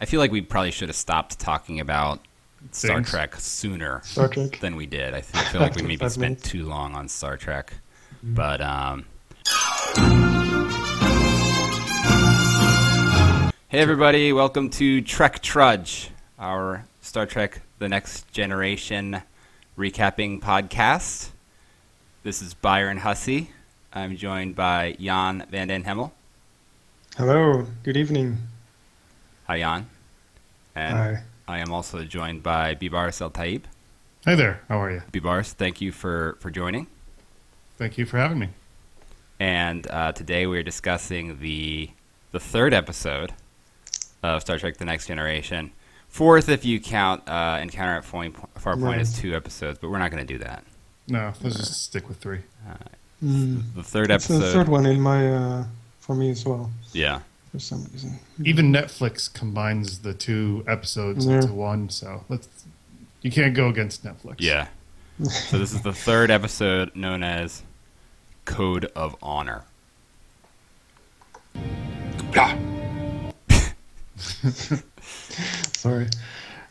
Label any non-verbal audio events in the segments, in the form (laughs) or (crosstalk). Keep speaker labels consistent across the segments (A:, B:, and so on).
A: I feel like we probably should have stopped talking about Star
B: Things.
A: Trek sooner
C: Star Trek.
A: than we did. I feel, I feel
C: (laughs)
A: like we maybe
C: Five
A: spent
C: minutes. Mm-hmm.
A: too long on Star Trek, but um. Hey everybody, welcome to Trek Trudge, our Star Trek: The Next Generation recapping podcast. This is Byron Hussey. I'm joined by Jan Van Den Hemmel.
C: Hello. Good evening.
A: Hi, Jan. And
C: Hi.
A: I am also joined by Bibars El Taib.
B: Hey there. How are you?
A: Bibars, thank you for, for joining.
B: Thank you for having me.
A: And uh, today we're discussing the the third episode of Star Trek: The Next Generation. Fourth, if you count uh, Encounter at Point, Far Point, as
C: Right.
A: two episodes, but we're not going to do that.
B: No, let's just stick with three.
C: Mm.
A: The third
C: It's
A: episode,
C: the third one in my uh, for me as well
A: yeah,
C: for some reason.
B: Even Netflix combines the two episodes
C: Yeah.
B: into one, so let's. You can't go against Netflix.
C: (laughs)
A: yeah. so this is the third episode known as Code of Honor.
C: Ah, Sorry.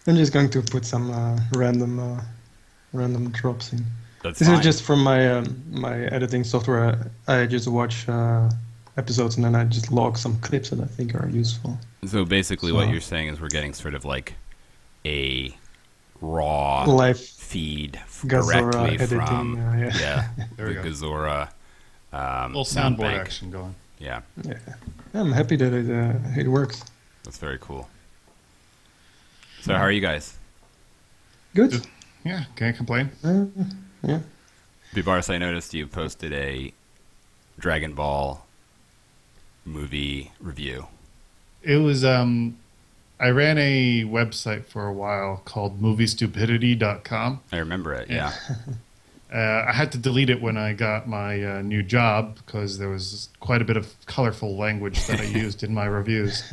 C: I'm just going to put some uh, random uh, random drops in.
A: That's
C: This
A: fine.
C: is just from my um, my editing software. I just watch uh, episodes and then I just log some clips that I think are useful.
A: So basically, what
C: So-
A: you're saying is we're getting sort of like a raw
C: Life
A: feed f-
C: Gazora
A: directly
C: editing.
A: from
C: uh, yeah.
A: yeah,
C: (laughs)
B: There
A: the
B: we go.
A: Gazora um,
B: little
A: sound
B: soundboard
A: bank.
B: action going.
A: Yeah,
C: yeah. I'm happy that it uh, it works.
A: that's very cool. So how are you guys?
C: Good.
B: Good. Yeah, can't complain.
C: Uh, yeah.
A: Bibaris, I noticed you posted a Dragon Ball movie review.
B: It was um, I ran a website for a while called moviestupidity.com.
A: I remember it. Yeah,
C: (laughs)
B: Uh, I had to delete it when I got my uh, new job because there was quite a bit of colorful language that I used in my reviews.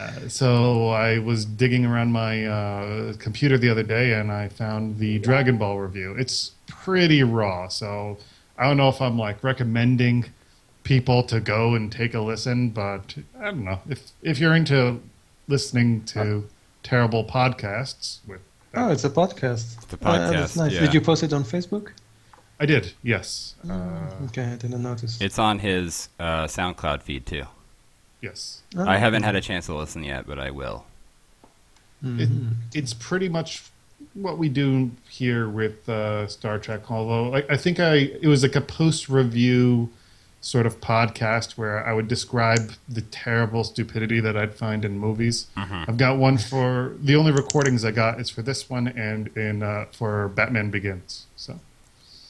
B: Uh, so I was digging around my uh, computer the other day and I found the Dragon Ball review. It's pretty raw, so I don't know if I'm like recommending people to go and take a listen, but I don't know if if you're into listening to terrible podcasts. With
C: Oh, it's a podcast.
A: It's a
C: Uh,
A: podcast,
C: that's nice.
A: yeah.
C: Did you post it on Facebook?
B: I did, yes,
A: Uh,
C: okay, I didn't notice.
A: it's on his uh, SoundCloud feed too.
B: yes.
C: Oh,
A: I haven't had a chance to listen yet, but I will.
B: It, it's pretty much what we do here with uh, Star Trek. Although I, I think I it was like a post review sort of podcast where I would describe the terrible stupidity that I'd find in movies. I've got one for the only recordings I got is for this one and in uh, for Batman Begins. So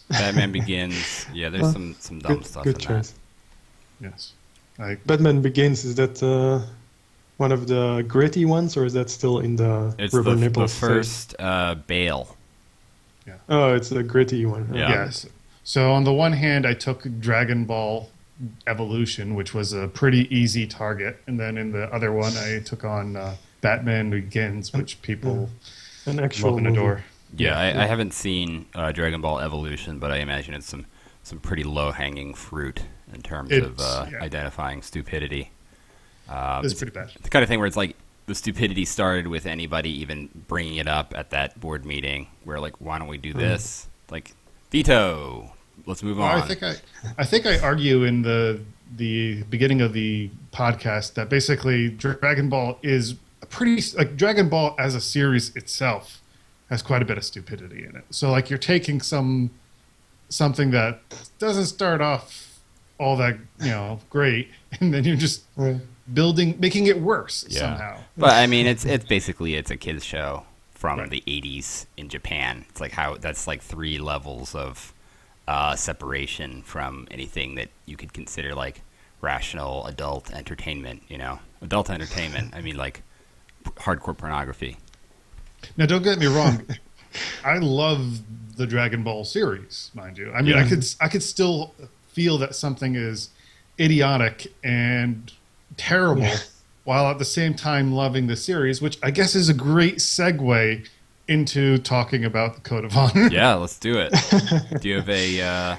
A: Batman Begins. Yeah, there's
C: Well,
A: some some dumb
C: good,
A: stuff
C: good
A: in
C: choice.
B: yes, I,
C: Batman Begins is that uh, one of the gritty ones, or is that still in the
A: that. It's
C: rubber
A: the, the
C: nipples? phase?
A: first uh, Bale.
C: Oh, it's the gritty one.
A: Yeah.
B: Yes. So on the one hand, I took Dragon Ball Evolution, which was a pretty easy target, and then in the other one, I took on uh, Batman Begins, which people
C: an actual
B: love and
C: movie.
B: adore.
A: Yeah, I, I haven't seen uh, Dragon Ball Evolution, but I imagine it's some some pretty low hanging fruit in terms of
B: It's-
A: uh,
B: yeah.
A: identifying stupidity.
B: It's pretty bad.
A: The kind of thing where it's like the stupidity started with anybody even bringing it up at that board meeting, where like, why don't we do this? Like, veto. Let's move
B: Hmm. Well,
A: on.
B: I think I, I think I argue in the the beginning of the podcast that basically Dragon Ball is a pretty like Dragon Ball as a series itself has quite a bit of stupidity in it. So like you're taking some something that doesn't start off all that you know great, (laughs) and then you're just
C: Right.
B: building making it worse
A: Yeah.
B: somehow.
A: But
B: (laughs)
A: I mean, it's it's basically it's a kids show from
B: Right.
A: the '80s in Japan. It's like how that's like three levels of uh, separation from anything that you could consider like rational adult entertainment. You know, adult entertainment. I mean, like p- hardcore pornography.
B: Now, don't get me wrong. (laughs) I love the Dragon Ball series, mind you. I mean, I could I could still feel that something is idiotic and terrible, (laughs) while at the same time loving the series, which I guess is a great segue into talking about the Code of (laughs) Honor.
A: Yeah, let's do
B: (laughs)
A: it. do you have a uh,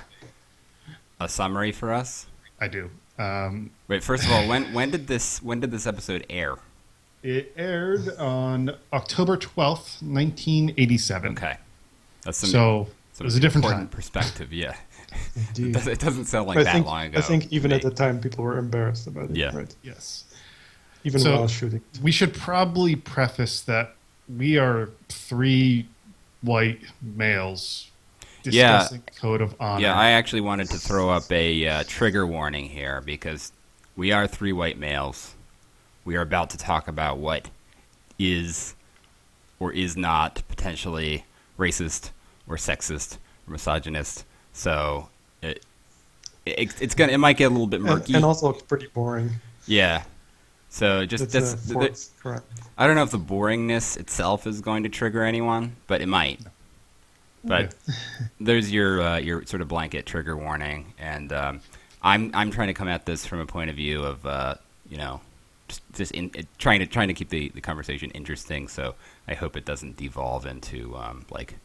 A: a summary for us?
B: I do. Um,
A: Wait, first of all, when when did this when did this episode air?
B: It aired on October 12th, 1987.
A: Okay, that's some,
B: So it
A: some
B: was a different
A: important
B: time.
A: perspective. Yeah, it,
C: Indeed.
A: does, it doesn't sound like
C: I
A: that
C: think,
A: long ago.
C: I think even
A: to
C: at
A: me.
C: the time, people were embarrassed about it.
A: Yeah. uh,
C: Right?
B: Yes.
C: Even
B: So-
C: while shooting.
B: We should probably preface that we are three white males
A: Yeah.
B: discussing code of honor.
A: Yeah, I actually wanted to throw up a uh, trigger warning here because we are three white males. We are about to talk about what is or is not potentially racist or sexist or misogynist. So it, it it's gonna it might get a little bit
C: And,
A: murky.
C: and also, it's pretty boring.
A: yeah. So just
C: It's
A: that's,
C: a
A: th-
C: fourth crime.
A: I don't know if the boringness itself is going to trigger anyone, but it might. But there's your uh, your sort of blanket trigger warning, and um, I'm I'm trying to come at this from a point of view of uh, you know just, just in, it, trying to trying to keep the, the conversation interesting. So I hope it doesn't devolve into um, like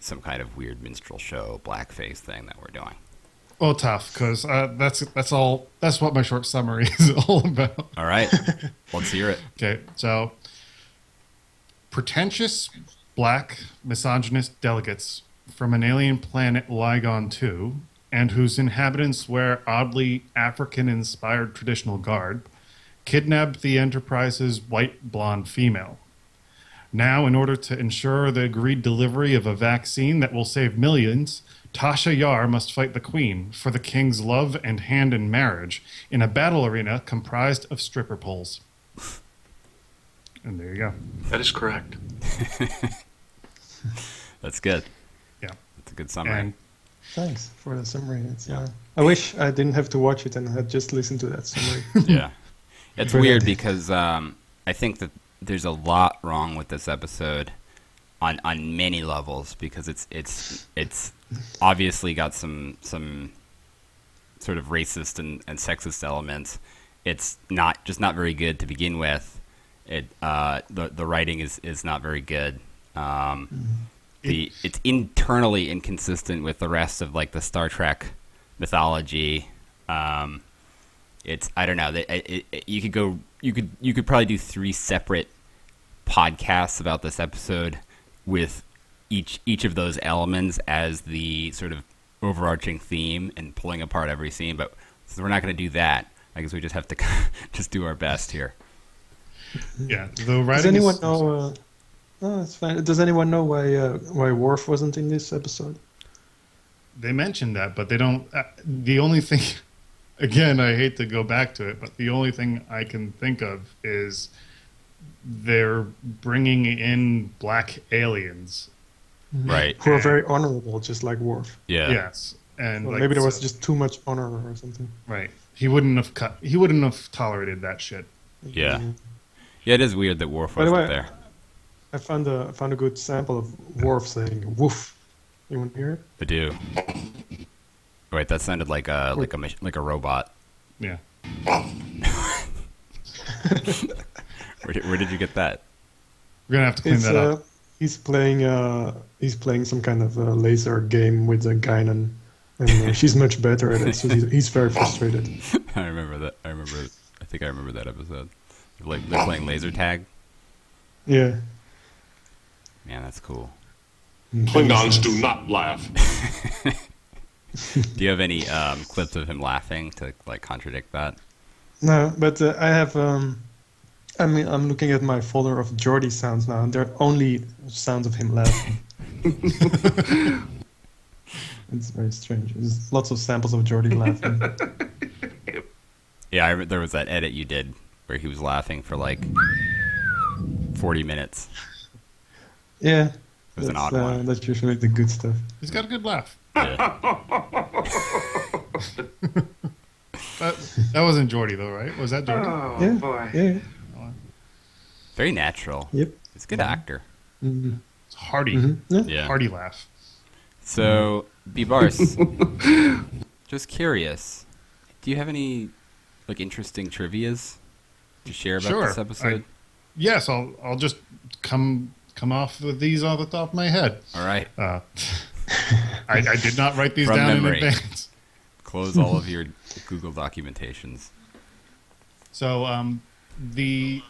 A: some kind of weird minstrel show blackface thing that we're doing.
B: Well, Oh, tough because uh, that's that's all. That's what my short summary (laughs) is all about.
A: All right, let's hear it.
B: Okay, so pretentious black misogynist delegates from an alien planet Ligon 2, and whose inhabitants wear oddly African inspired traditional garb, kidnapped the Enterprise's white blonde female. Now, in order to ensure the agreed delivery of a vaccine that will save millions, Tasha Yar must fight the Queen for the King's love and hand in marriage in a battle arena comprised of stripper poles. And there you go.
D: That is correct.
A: That's good.
B: Yeah.
A: That's a good summary.
B: And
C: Thanks for the summary. It's, uh, I wish I didn't have to watch it and had just listened to
B: (laughs)
C: that summary.
A: yeah. It's weird
C: Brilliant.
A: because um, I think that there's a lot wrong with this episode on on many levels because it's it's it's obviously got some some sort of racist and, and sexist elements. It's not just not very good to begin with. It uh, the the writing is, is not very good. Um, the it's internally inconsistent with the rest of like the Star Trek mythology. Um, it's I don't know. It, it, it, you could go. You could you could probably do three separate podcasts about this episode with each each of those elements as the sort of overarching theme and pulling apart every scene. But since we're not going to do that, I guess we just have to (laughs) just do our best here.
B: yeah, the
C: Hmm. Does
B: writing.
C: anyone
B: is-
C: know? Uh, no, it's fine. Does anyone know why uh, why Worf wasn't in this episode?
B: They mentioned that, but they don't. Uh, the only thing, (laughs) again, I hate to go back to it, but the only thing I can think of is they're bringing in black aliens.
A: Right.
C: Who are very honorable, just like Worf.
A: Yeah.
B: Yes, and
C: Or
B: like,
C: maybe there was
B: so-
C: just too much honor or something.
B: right. He wouldn't have cut. He wouldn't have tolerated that shit.
A: Yeah. Yeah. It is weird that Worf
C: By the
A: wasn't
C: way-
A: there.
C: I found a I found a good sample of Worf saying "woof." You want to hear it?
A: I do. Right. That sounded like a like a mach- like a robot.
B: Yeah.
A: Where did, where did you get that?
B: We're gonna have to clean
C: It's,
B: that
C: uh,
B: up.
C: he's playing uh, he's playing some kind of uh, laser game with a Guinan, and uh, she's much better at it. So he's, he's very frustrated.
A: (laughs) I remember that. I remember. I think I remember that episode. They're like they're playing laser tag.
C: Yeah.
A: Man, that's cool.
C: uh,
D: Klingons do not laugh.
A: Do you have any um, clips of him laughing to like contradict that?
C: No, but uh, I have. Um, I mean, I'm looking at my folder of Geordie sounds now, and they're only sounds of him
D: (laughs)
C: laughing. it's very strange. There's lots of samples of Geordie
D: (laughs)
C: laughing.
A: Yeah, I, re- there was that edit you did where he was laughing for like forty minutes.
C: Yeah.
A: It was an odd
C: that's, uh,
A: one.
C: That's usually the good stuff.
B: He's got a good laugh.
A: Yeah.
B: That, that wasn't Jordy though, right? Was that Jordy?
D: Oh
C: yeah.
D: boy.
C: Yeah.
A: Very natural.
C: Yep.
A: He's a good actor.
C: Mhm.
B: It's Hardy.
D: Mm-hmm.
C: Mhm. Yeah.
A: Yeah.
B: Hardy laugh.
A: So, Bibars, just curious, do you have any like interesting trivia's to share about
B: Sure.
A: this episode?
B: Yes, I'll I'll just come come off with these off the top of my head.
A: All right.
B: Uh, (laughs) I, I did not write these
A: From
B: down
A: memory.
B: in advance.
A: Close all of your Google documentations.
B: So um, the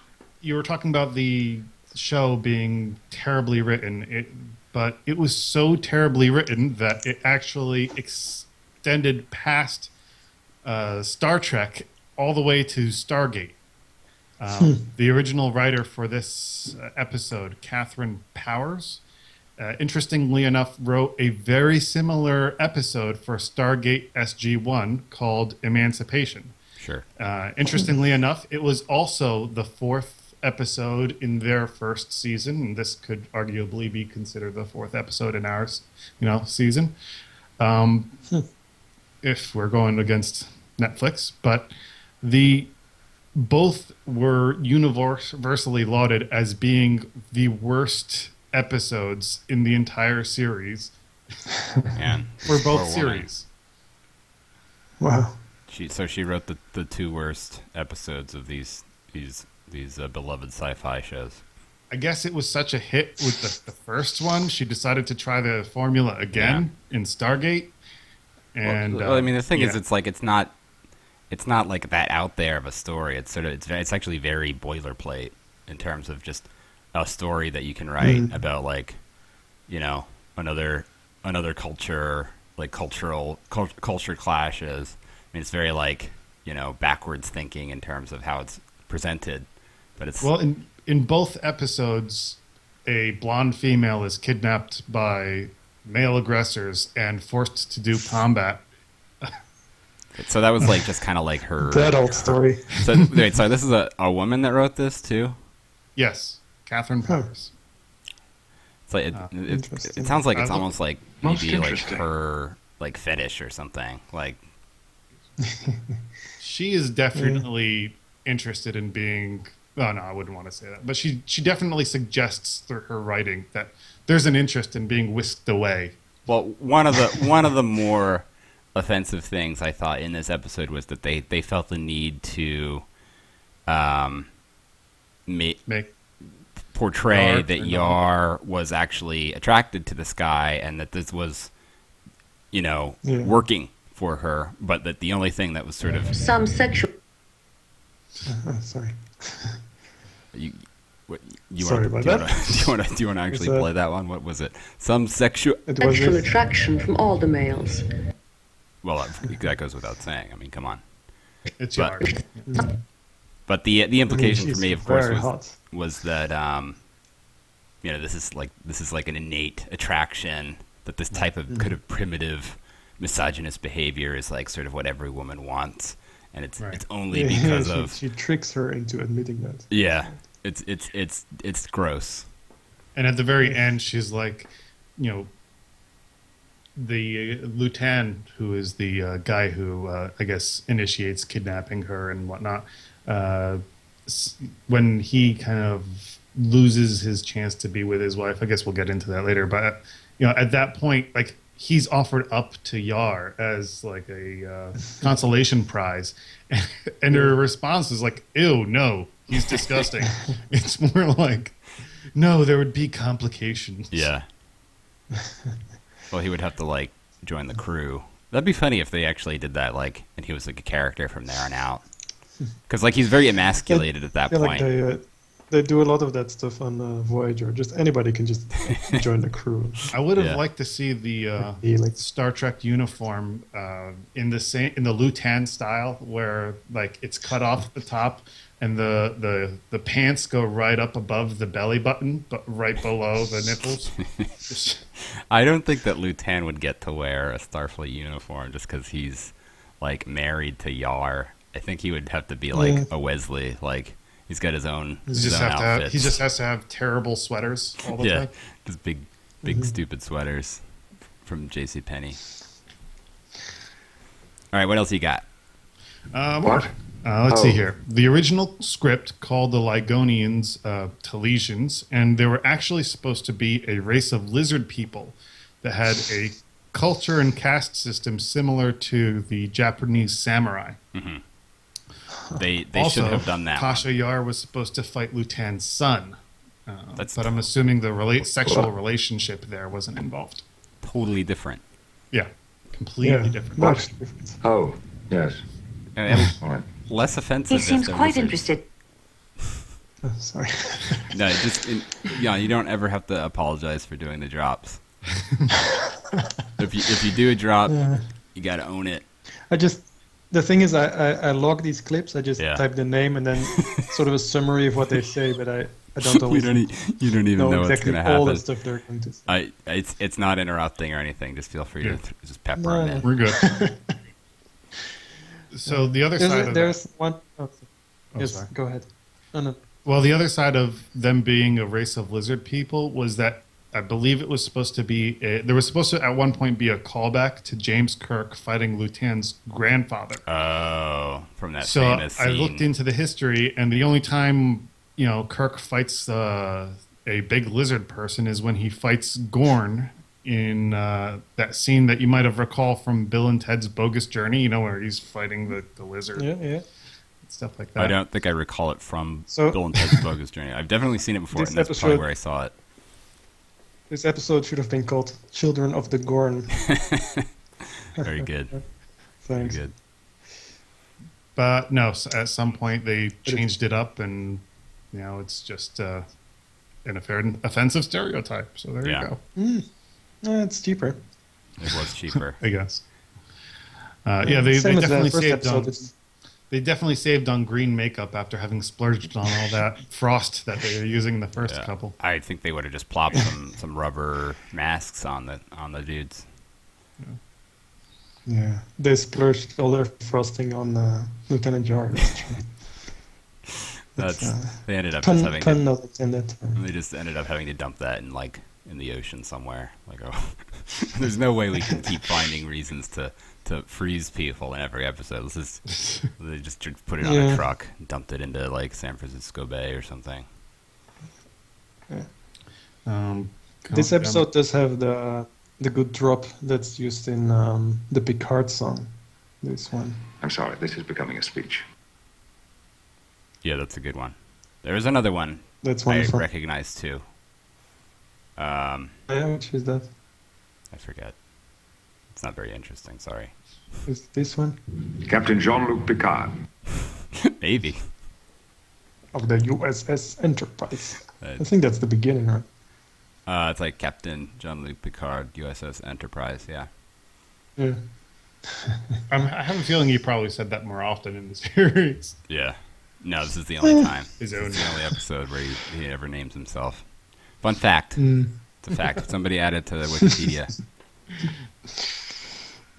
B: you were talking about the show being terribly written, it, but it was so terribly written that it actually extended past uh, Star Trek all the way to Stargate. Um, the original writer for this uh, episode, Catherine Powers, uh, interestingly enough, wrote a very similar episode for Stargate SG 1 called Emancipation.
A: Sure.
B: Uh, interestingly enough, it was also the fourth episode in their first season, and this could arguably be considered the fourth episode in our, you know, season, um, if we're going against Netflix. But the both were universally lauded as being the worst episodes in the entire series
A: Man. Poor
B: for both
A: woman.
B: series.
C: Wow.
A: She so she wrote the, the two worst episodes of these these these uh, beloved sci-fi shows.
B: I guess it was such a hit with the, the first one, she decided to try the formula again in Stargate. And
A: well, I mean,
B: uh,
A: the thing is,
B: yeah.
A: it's like it's not it's not like that out there of a story. It's sort of it's, it's actually very boilerplate in terms of just a story that you can write
B: Mm.
A: about like you know another another culture like cultural cul- culture clashes. I mean, it's very like you know backwards thinking in terms of how it's presented, but it's
B: well in in both episodes, a blonde female is kidnapped by male aggressors and forced to do combat.
A: so that was
B: (laughs)
A: like just kind of like her.
C: That old story.
A: So wait, so this is a, a woman that wrote this too.
B: Yes, Catherine
C: Huh.
B: Powers.
A: It's like it,
B: Ah,
A: it, it,
C: interesting.
A: sounds like it's
B: Uh,
A: almost like
D: most
A: maybe like
D: interesting.
A: her like fetish or something. Like
B: She is definitely interested in being. Oh no, I wouldn't want to say that, but she she definitely suggests through her writing that there's an interest in being whisked away.
A: well, one of the (laughs) one of the more offensive things I thought in this episode was that they they felt the need to um ma-
B: Make
A: portray
B: Yar,
A: that
B: or not.
A: Yar was actually attracted to this guy and that this was you know
C: Yeah.
A: working for her, but that the only thing that was sort of
E: Some sexual.
C: Uh, sorry.
A: You, what, you
C: Sorry
A: wanna,
C: about
A: do you
C: that.
A: Wanna, (laughs) do you want to do you want to actually
C: that-
A: play that one? What was it? Some sexual.
C: It was
E: Sexual
C: this.
E: attraction from all the males.
A: Well, that- that goes without saying. I mean, come on.
B: it's
A: But-
B: yours.
A: But the the
C: I mean,
A: implication
C: she's
A: for me, of course,
C: very
A: was
C: hot.
A: was that um, you know, this is like this is like an innate attraction that this type
C: Mm-hmm.
A: of kind of primitive misogynist behavior is like sort of what every woman wants, and it's
B: Right.
A: it's
C: (laughs)
A: only because
C: she,
A: of
C: she tricks her into admitting that.
A: yeah, it's it's it's it's gross.
B: And at the very end, she's like, you know, the uh, Lutan, who is the uh, guy who uh, I guess initiates kidnapping her and whatnot, uh, s- when he kind of loses his chance to be with his wife, I guess we'll get into that later. But uh, you know, at that point, like he's offered up to Yar as like a uh, consolation prize, (laughs) and her response is like, "Ew, no, he's disgusting." it's more like, "No, there would be complications." (laughs)
A: Yeah. well, he would have to like join the crew. That'd be funny if they actually did that, like, and he was like a character from there on
B: (laughs)
A: out. Because like he's very emasculated at that
C: Yeah, like
A: point.
C: they uh, they do a lot of that stuff on uh, Voyager. Just anybody can just (laughs) join the crew.
B: I would have
A: Yeah.
B: liked to see the uh,
C: He like
B: Star Trek uniform uh, in the same in the Lutan style, where like it's cut off at the top, and the the the pants go right up above the belly button, but right below the
A: (laughs)
B: nipples. Just-
A: I don't think that Lutan would get to wear a Starfleet uniform just because he's like married to Yar. I think he would have to be like
C: Yeah.
A: a Wesley. Like he's got his own.
B: he
A: his
B: just
A: own
B: have to
A: outfits.
B: have, he just has to have terrible sweaters all the
A: yeah,
B: time.
A: just big, big
B: Mm-hmm.
A: stupid sweaters from J.C. Penney. All right, what else you got?
B: Um,
D: What?
B: Uh, let's
D: Oh.
B: see here. The original script called the Ligonians uh, Talesians, and they were actually supposed to be a race of lizard people that had a culture and caste system similar to the Japanese samurai.
A: They they
B: also,
A: should have done that. one.
B: Tasha Yar was supposed to fight Lutan's son, uh,
A: That's-
B: but I'm assuming the rela- sexual relationship there wasn't involved.
A: Totally different.
B: Yeah, completely
C: yeah,
B: different.
C: much different.
F: Oh, yes.
A: And- and
F: All right.
A: less offensive.
E: He
A: if
E: seems
A: the
E: quite
A: lizards-
E: interested.
C: Oh, sorry.
A: No, it just it, yeah, you don't ever have to apologize for doing the
C: (laughs)
A: drops. if you if you do a drop,
C: Yeah.
A: you got to own it.
C: I just the thing is I, I, I log these clips. I just
A: Yeah.
C: type the name
A: (laughs)
C: and then sort of a summary of what they say, but I, I don't
A: you
C: always
A: don't e- you don't even
C: know,
A: know what's
C: exactly
A: gonna
C: all
A: happen.
C: the stuff they're going to say.
A: I it's it's not interrupting or anything. Just feel free to
B: Yeah.
A: th- just pepper
C: No,
A: them
C: no.
A: in.
B: We're
D: (laughs)
B: good. so the other
C: There's,
B: side
C: a-
B: of that,
C: there's one. oh,
B: oh,
C: yes,
B: sorry.
C: go ahead. No, no.
B: Well, the other side of them being a race of lizard people was that I believe it was supposed to be a, there was supposed to at one point be a callback to James Kirk fighting Lutan's grandfather.
A: Oh, from that
B: so
A: famous
B: I
A: scene.
B: looked into the history, and the only time you know Kirk fights uh, a big lizard person is when he fights Gorn in uh, that scene that you might have recall from Bill and Ted's Bogus Journey. You know where he's fighting the, the lizard
C: Yeah, yeah.
B: and stuff like that.
A: I don't think I recall it from
C: So-
A: Bill and Ted's Bogus Journey. I've definitely seen it before,
C: This
A: and that's probably
C: episode-
A: where I saw it.
C: This episode should have been called "Children of
A: (laughs)
C: the Gorn."
A: Very
C: (laughs)
A: good. Very
C: Thanks.
A: good.
B: But no, s- at some point they changed it up, and now it's just uh, an affair- offensive stereotype. So there
A: Yeah.
B: you go.
C: Yeah, it's cheaper.
A: It was cheaper.
B: I guess. Uh, yeah, they, they
C: Same as
B: definitely
C: the first
B: saved um,
C: episode.
B: on
C: it's-
B: they definitely saved on green makeup after having splurged on all
C: (laughs)
B: that frost that they were using in the first
A: Yeah.
B: couple.
A: I think they would have just plopped some, (laughs) some rubber masks on the on the dudes.
C: Yeah, they splurged all their frosting on uh, Lieutenant
A: (laughs)
C: Jar.
A: That's
C: uh,
A: they ended up just
C: pun,
A: having
C: pun not intended.
A: to, they just ended up having to dump that in like in the ocean somewhere. Like oh, (laughs) there's no way we can
C: (laughs)
A: keep finding reasons to to freeze people in every episode. Let's
C: (laughs)
A: just they just tr- put it on a
C: Yeah.
A: truck and dumped it into like San Francisco Bay or something.
B: Um,
C: This
B: countdown.
C: episode does have the the good drop that's used in um, the Picard song. This one.
F: I'm sorry, this is becoming a speech.
A: Yeah, that's a good one. There was another one I
C: That's wonderful.
A: recognized too. Um,
C: Yeah, which is that?
A: I forget. It's not very interesting. Sorry.
C: Is this one?
F: Captain Jean Luc Picard.
A: Maybe.
C: Of the USS Enterprise.
A: Uh,
C: I think that's the beginning, right?
A: Uh, it's like Captain John Luke Picard, USS Enterprise. Yeah.
C: Yeah. (laughs)
B: I'm, I have a feeling you probably said that more often in the (laughs) series.
A: Yeah. No, this is the only time.
B: His
A: This
B: own-
A: is the only episode where he, he ever names himself. Fun fact. It's a fact. Somebody added to the Wikipedia.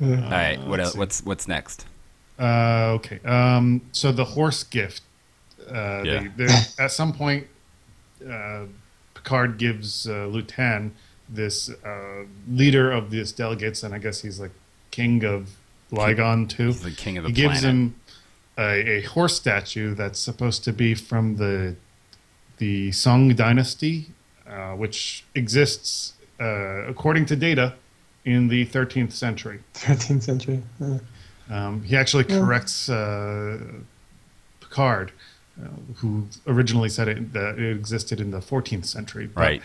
A: All right. What
B: let's
A: else,
B: see.
A: what's what's next?
B: Uh, okay. Um, so the horse gift. Uh,
A: Yeah.
B: they, they- at some point, uh, Picard gives uh, Lutan, this uh, leader of these delegates, and I guess he's like king of Lygon too.
A: He's the king of the
B: he gives
A: planet.
B: him a, a horse statue that's supposed to be from the the Song Dynasty, uh, which exists uh, according to data in the 13th century.
C: 13th century. Yeah.
B: Um, he actually
C: Yeah.
B: corrects uh, Picard, uh, who originally said it, that it existed in the 14th century. But
A: right.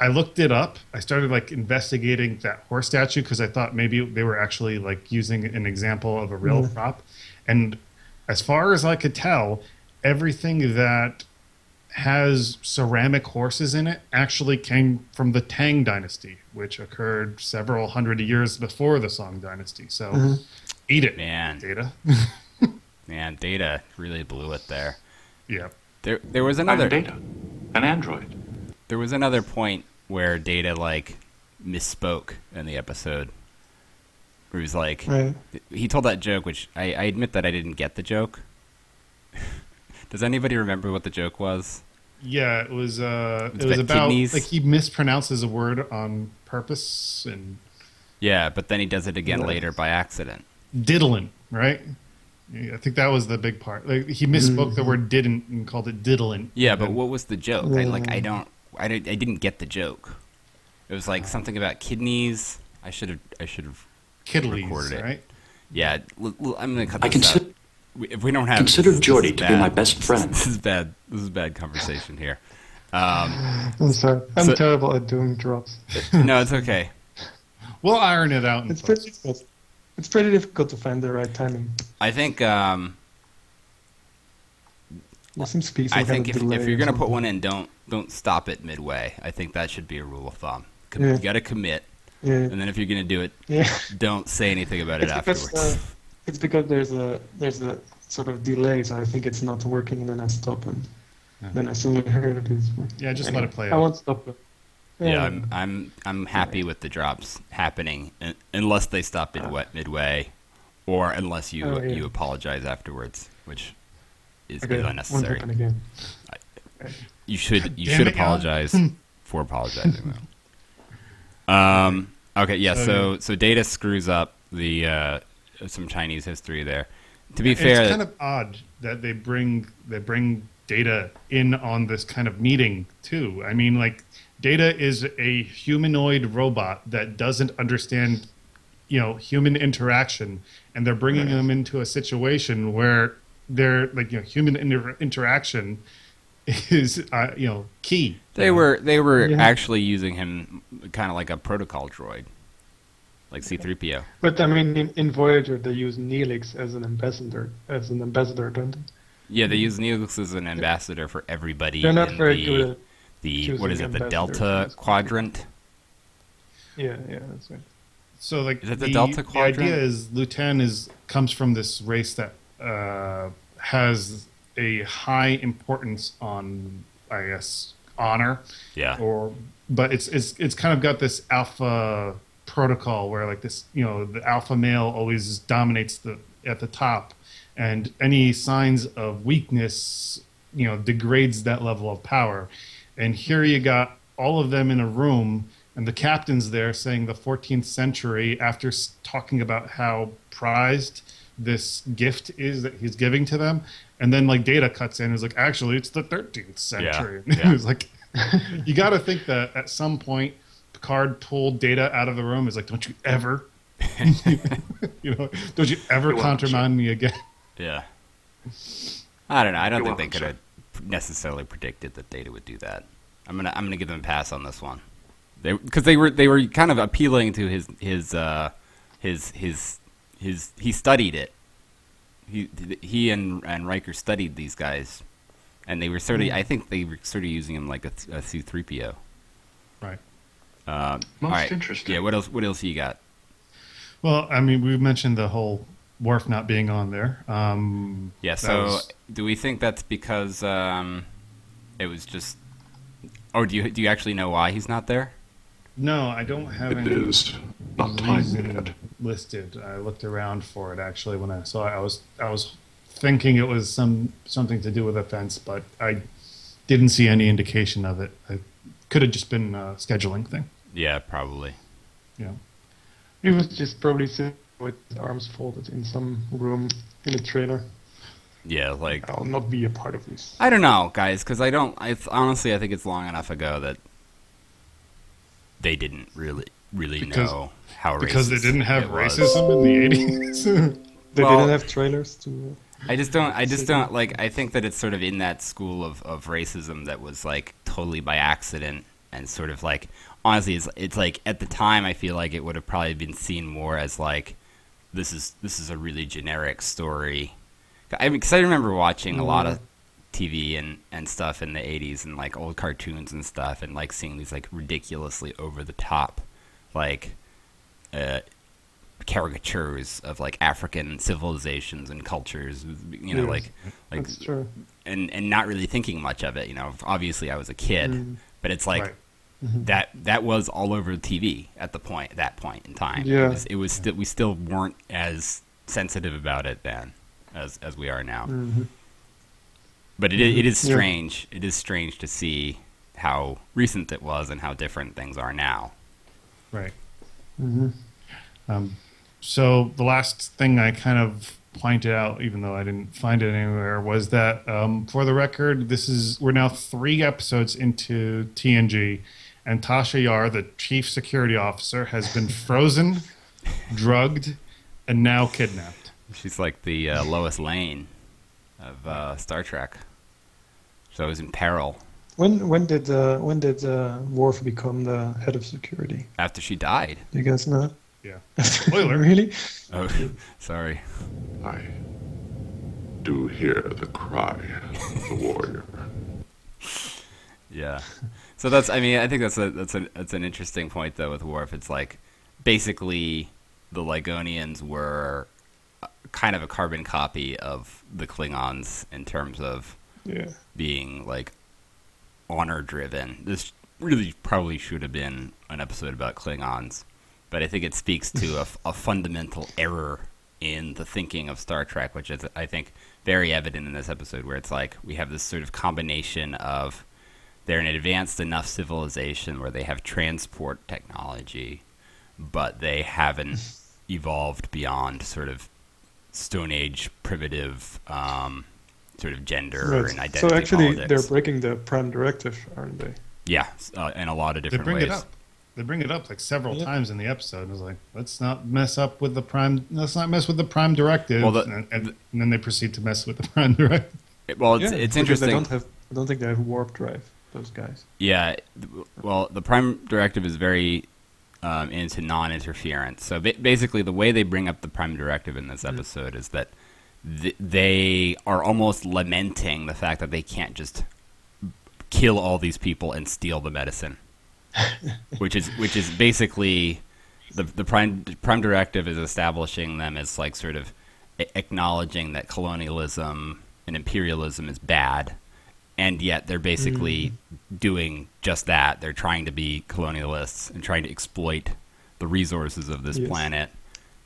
B: I looked it up. I started like investigating that horse statue because I thought maybe they were actually like using an example of a real prop. And as far as I could tell, everything that has ceramic horses in it actually came from the Tang Dynasty, which occurred several hundred years before the Song Dynasty. So eat it,
A: Man.
B: data.
A: Man, Data really blew it there.
B: yeah.
A: There there was
D: I'm
A: another
D: Data, an android.
A: there was another point where Data like misspoke in the episode. Where he was like
C: Right.
A: he told that joke, which I, I admit that I didn't get the joke. (laughs) Does anybody remember what the joke was?
B: Yeah, it was uh
A: It's
B: it was
A: about
B: about
A: kidneys.
B: like he mispronounces a word on purpose and
A: Yeah, but then he does it again
C: Yeah.
A: later by accident.
B: diddling, right? I think that was the big part. Like he misspoke
C: Mm-hmm.
B: the word didn't and called it diddling.
A: Yeah, but
B: And-
A: what was the joke? I like I don't I, did, I didn't get the joke. It was like something about kidneys. I should have I should have recorded
B: Kiddlies,
A: it.
B: right?
A: yeah. L- l- I'm gonna cut
D: I
A: this
D: consider-
A: out. We- If we don't have
D: consider
A: this is- this
D: Geordie
A: is
D: to be my
A: bad.
D: best friend.
A: This is bad. This is bad conversation here. Um,
C: I'm sorry. I'm
A: So-
C: terrible at doing drops.
A: no, it's okay.
B: We'll iron it out. in
C: It's
B: post.
C: pretty difficult. It's
A: um,
C: pretty difficult to find the right timing.
A: I think um,
C: There seems to be some
A: I
C: kind
A: think
C: of
A: if,
C: delay
A: if you're
C: or
A: gonna put
C: something.
A: one in, don't don't stop it midway. I think that should be a rule of thumb. Com-
C: Yeah.
A: You gotta commit,
C: yeah,
A: and then if you're gonna do it,
C: yeah.
A: (laughs) don't say anything about it
C: It's because,
A: afterwards.
C: uh, It's because there's a there's a sort of delay, so I think it's not working. Then I stop and
B: Yeah.
C: then I soon (laughs) heard it is working.
B: Yeah, just let it play
C: I
B: out.
C: won't stop. It.
A: yeah, I'm I'm I'm happy with the drops happening, un- unless they stop midway, midway, or unless you
C: Uh. Oh, yeah.
A: you apologize afterwards, which is,
C: Okay,
A: is
C: won't
A: unnecessary.
C: happen again.
A: You should you
B: Damn
A: should
B: it, Alan.
A: apologize
C: Hmm.
A: for apologizing though. Um. Okay. Yeah. So so data screws up the uh, some Chinese history there. To be fair,
B: it's kind of odd that they bring they bring data in on this kind of meeting too. I mean, like data is a humanoid robot that doesn't understand, you know, human interaction, and they're bringing them into a situation where they're like you know human inter- interaction (laughs) is uh, you know key.
A: They were they were
C: Yeah.
A: actually using him kind of like a protocol droid, like C-3PO.
C: But I mean, in, in Voyager, they use Neelix as an ambassador, as an ambassador, don't they?
A: Yeah, they use Neelix as an ambassador for everybody.
C: Mm-hmm. They're not
A: in
C: very
A: the,
C: good at.
A: the what
C: choosing
A: is it? The
C: ambassadors.
A: Delta Quadrant.
C: Yeah, yeah, that's right.
B: So like
A: Is it the Delta
B: The
A: Quadrant?
B: idea is Lutan is comes from this race that uh, has a high importance on I guess honor
A: Yeah.
B: or but it's it's it's kind of got this alpha protocol where like this you know the alpha male always dominates the at the top and any signs of weakness you know degrades that level of power and here you got all of them in a room and the captain's there saying the 14th century after s- talking about how prized this gift is that he's giving to them and then like data cuts in and is like actually it's the 13th century
A: Yeah, yeah.
B: It's like you got to think that at some point Picard pulled Data out of the room. Is like, don't you ever, (laughs) you know, don't you ever
F: You're welcome,
B: countermand me again? (laughs)
A: Yeah. I don't know. I don't
F: You're
A: think they could
F: welcome,
A: have necessarily predicted that Data would do that. I'm gonna I'm gonna give them a pass on this one. They because they were they were kind of appealing to his his uh his his his he studied it. He he and and Riker studied these guys, and they were sort of
F: Hmm.
A: I think they were sort of using him like a th- a C-3PO.
B: Right.
A: Um, all
D: Most
A: right.
D: interesting.
A: Yeah. What else? What else you got?
B: Well, I mean, we mentioned the whole Worf not being on there. Um,
A: Yeah.
B: that
A: So,
B: was-
A: do we think that's because um, it was just, or do you do you actually know why he's not there?
B: no, I don't have
D: It
B: any
D: is not time
B: reason
D: yet.
B: listed. I looked around for it actually when I saw it. I was I was thinking it was some something to do with offense, but I didn't see any indication of it. I could have just been a scheduling thing.
A: Yeah, probably.
B: Yeah.
C: He was just probably sitting with his arms folded in some room in a trailer.
A: Yeah, like
C: I'll not be a part of this.
A: I don't know, guys, because I don't. It's honestly, I think it's long enough ago that they didn't really really
B: Because-
A: know how racist
B: because they didn't have
A: it was.
B: racism in the 80s
C: They
A: Well-
C: didn't have trailers to.
A: I just don't. I just
C: So-
A: don't like. I think that it's sort of in that school of, of racism that was like totally by accident and sort of like honestly, it's it's like at the time I feel like it would have probably been seen more as like this is this is a really generic story. I mean, because I remember watching a lot of TV and, and stuff in the '80s and like old cartoons and stuff and like seeing these like ridiculously over the top like uh, caricatures of like African civilizations and cultures, you know,
C: Yes,
A: like like
C: That's true.
A: and and not really thinking much of it. You know, obviously I was a kid,
C: Mm.
A: but it's like
B: Right.
A: that that was all over TV at the point that point in time.
C: Yeah.
A: it was, it was still we still weren't as sensitive about it then as as we are now. But it, i- it is
C: Mm-hmm. Yeah.
A: strange. It is strange to see how recent it was and how different things are now.
B: right um, so the last thing i kind of pointed out even though i didn't find it anywhere was that um, for the record this is we're now three episodes into tng and tasha yar the chief security officer has been frozen drugged and now kidnapped
A: She's like the uh, Lois Lane of uh, Star Trek. So it was in peril
C: When when did uh, when did uh, Worf become the head of security?
A: after she died.
C: Do you guys know? (laughs)
B: yeah spoiler
A: (laughs)
C: really?
A: Oh, sorry.
D: I do
G: do hear the cry of the warrior.
A: (laughs) Yeah. So that's. I mean, I think that's a that's a that's an interesting point though with Worf. It's like basically the Ligonians were uh, kind of a carbon copy of the Klingons in terms of
C: Yeah.
A: being like honor driven. This really probably should have been an episode about Klingons, but I think it speaks to
C: (laughs)
A: a, f- a fundamental error in the thinking of Star Trek, which is I think very evident in this episode, where it's like we have this sort of combination of they're an advanced enough civilization where they have transport technology, but they
C: (laughs)
A: haven't evolved beyond sort of Stone Age primitive um, sort of gender
C: Right.
A: and identity.
C: So actually,
A: politics.
C: they're breaking the prime directive, aren't they?
A: Yeah, s- uh, in a lot of
B: They
A: different
B: bring
A: ways.
B: it up. They bring it up like several
C: Yeah.
B: times in the episode. It was like, let's not mess up with the prime. Let's not mess with the prime directive.
A: Well, the-
B: and, and, and then they proceed to mess with the (laughs) prime directive.
A: It- Well, it's,
C: yeah,
A: it's
C: because
A: interesting.
C: They don't have. I don't think they have warp drive. Those guys.
A: Yeah, th- well, the prime directive is very um, into non-interference. So ba- basically, the way they bring up the prime directive in this episode is that th- they are almost lamenting the fact that they can't just kill all these people and steal the medicine, which is which is basically the the prime prime directive is establishing them as like sort of a- acknowledging that colonialism and imperialism is bad and yet they're basically doing just that. They're trying to be colonialists and trying to exploit the resources of this
C: Yes.
A: planet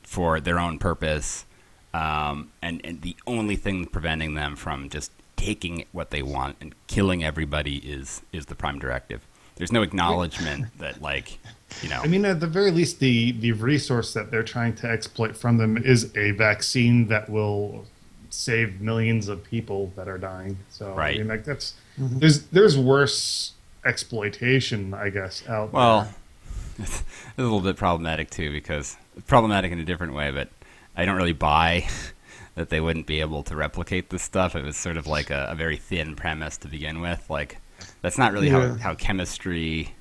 A: for their own purpose. Um, and, and the only thing preventing them from just taking what they want and killing everybody is is the prime directive. There's no acknowledgement that like you know
B: I mean, at the very least, the the resource that they're trying to exploit from them is a vaccine that will save millions of people that are dying. So
A: Right.
B: I mean, like that's there's there's worse exploitation, I guess, out
A: Well, (laughs) it's a little bit problematic too because problematic in a different way, but I don't really buy (laughs) that they wouldn't be able to replicate this stuff. It was sort of like a, a very thin premise to begin with. Like that's not really
C: Yeah.
A: how, how chemistry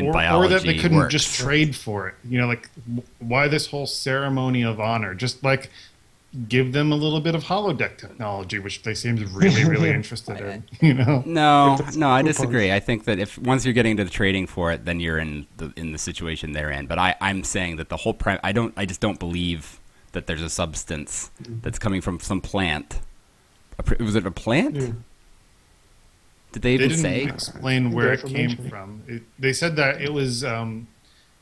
A: and
B: there. Or, or
A: biology
B: that they couldn't
A: works.
B: just trade for it. You know, like w- why this whole ceremony of honor? Just like give them a little bit of holodeck technology, which they seem really, really interested in. You know,
C: Oh.
A: No,
C: If it's
A: no, I
C: coupons.
A: disagree. I think that if once you're getting to the trading for it, then you're in the in the situation they're in. But I, I'm saying that the whole prime, I don't, I just don't believe that there's a substance
C: Mm-hmm.
A: that's coming from some plant. A, pr- was it a plant?
C: Yeah.
A: Did they
B: they
A: even
B: didn't
A: say?
B: explain
C: think
B: where
C: they
B: it
C: also
B: came
C: mentioned it.
B: from. It, they said that it was um,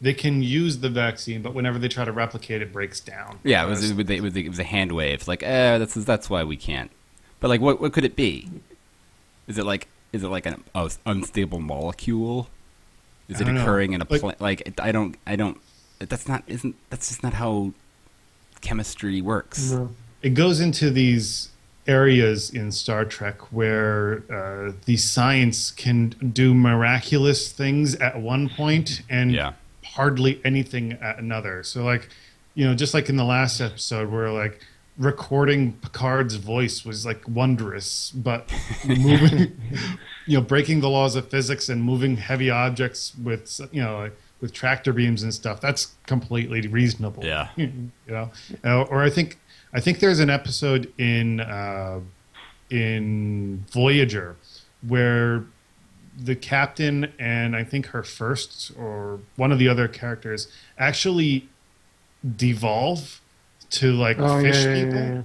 B: they can use the vaccine, but whenever they try to replicate, it breaks down.
A: Yeah, it was it was, it was, it was a hand wave. It's Like, eh, that's that's why we can't. But like, what what could it be? Is it like is it like an uh, unstable molecule? Is
B: I
A: it
B: don't know.
A: occurring in a
B: Like-
A: plant? Like, it, I don't I don't. That's not isn't that's just not how chemistry works.
C: No.
B: it goes into these areas in Star Trek where uh, the science can do miraculous things at one point and
A: Yeah.
B: hardly anything at another. So like, you know, just like in the last episode where like recording Picard's voice was like wondrous, but moving, (laughs) you know, breaking the laws of physics and moving heavy objects with you know like, with tractor beams and stuff that's completely reasonable.
A: Yeah.
B: you know, Uh, or I think I think there's an episode in uh, in Voyager where the captain and I think her first or one of the other characters actually devolve to like
C: Oh yeah,
B: fish
C: yeah, yeah,
B: people.
C: yeah, yeah.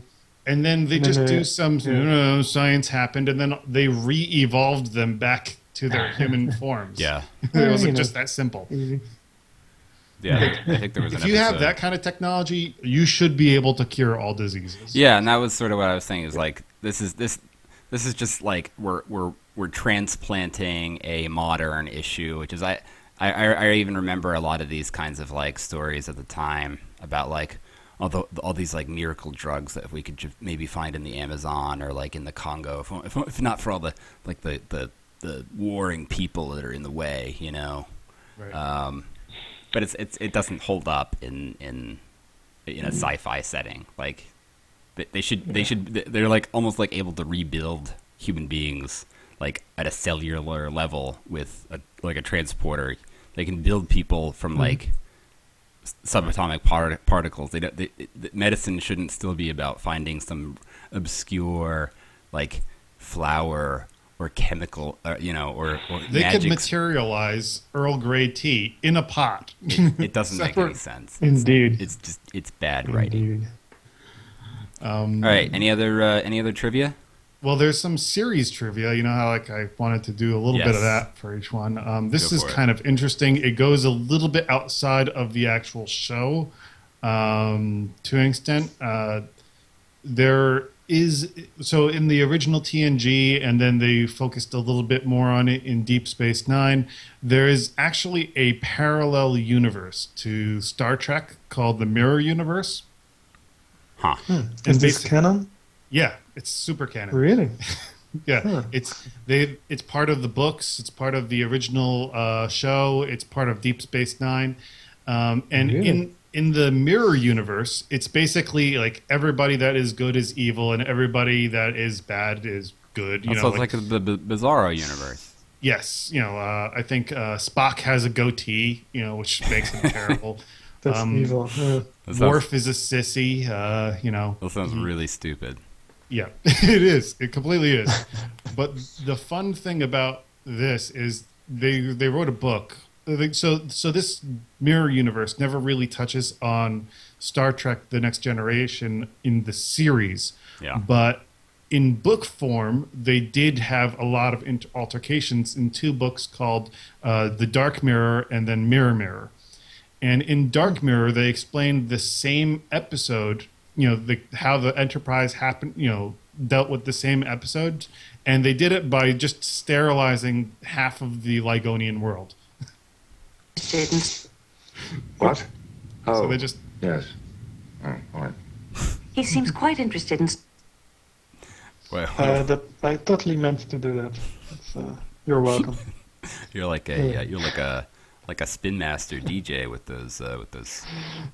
B: And then they
C: No,
B: just
C: no,
B: do
C: yeah.
B: some
C: Yeah.
B: no, no, no, science happened, and then they re-evolved them back to
C: (laughs)
B: their human forms. (laughs) it was
C: You
B: like
C: know.
B: just that simple.
C: Easy.
A: yeah. I think there was
B: If you have that kind of technology, you should be able to cure all diseases.
A: Yeah, and that was sort of what I was saying. Is like this is this this is just like we're we're we're transplanting a modern issue, which is I I, I I even remember a lot of these kinds of like stories at the time about like all the, all these like miracle drugs that we could ju- maybe find in the Amazon or like in the Congo, if, if, if not for all the like the the the warring people that are in the way, you know.
B: Right.
A: Um, but it's, it's it doesn't hold up in in in a
B: Mm-hmm.
A: sci-fi setting. Like they, they should they should they're like almost like able to rebuild human beings like at a cellular level with a, like a transporter. They can build people from
B: Mm-hmm.
A: like s- subatomic par- particles. They don't. They, it- medicine shouldn't still be about finding some obscure like flower or chemical, uh, you know, or, or
B: They
A: magic.
B: could materialize Earl Grey tea in
A: (laughs)
B: a pot. (laughs)
A: it, it doesn't make any
B: Separate-
A: sense.
C: Indeed.
A: It's just it's bad writing.
C: Indeed.
A: All right. Any other uh, any other trivia?
B: Well, there's some series trivia. You know how like I wanted to do a little bit
A: Yes.
B: of that for each one. Um, this
A: Go
B: is
A: for it.
B: kind of interesting. It goes a little bit outside of the actual show um, to an extent. Uh, there is so in the original TNG, and then they focused a little bit more on it in Deep Space Nine. There is actually a parallel universe to Star Trek called the Mirror Universe.
A: Huh.
C: Is this
B: basically-
C: canon?
B: Yeah, it's super canon.
C: Really?
B: Yeah,
C: Huh.
B: it's they. It's part of the books. It's part of the original uh, show. It's part of Deep Space Nine, um, and
C: Really?
B: in in the Mirror Universe, it's basically like everybody that is good is evil, and everybody that is bad is good. You
A: That
B: know,
A: sounds like, the B- Bizarro universe.
B: yes, you know, uh, I think uh, Spock has a goatee, you know, which makes him
A: (laughs)
B: terrible.
C: That's
B: Um,
C: evil. Uh, Yeah.
A: That sounds-
B: Worf is a sissy, uh, you know.
A: That sounds really stupid.
B: Yeah, (laughs) it is. It completely is. (laughs) but the fun thing about this is they they wrote a book. They- So so this mirror universe never really touches on Star Trek: The Next Generation in the series.
A: Yeah.
B: But in book form, they did have a lot of inter- altercations in two books called uh, The Dark Mirror and then Mirror Mirror. And in Dark Mirror, they explained the same episode, you know, the, how the Enterprise happened, you know, dealt with the same episode. And they did it by just sterilizing half of the Ligonian world.
E: Didn't.
G: What?
B: So
F: Oh,
B: they just,
G: Yes. Oh, all right.
E: He seems quite interested in.
A: Well,
C: Uh, that I totally meant to do that. That's, uh, you're welcome.
A: (laughs) you're like a uh, you're like a like a spin master DJ with those uh, with those.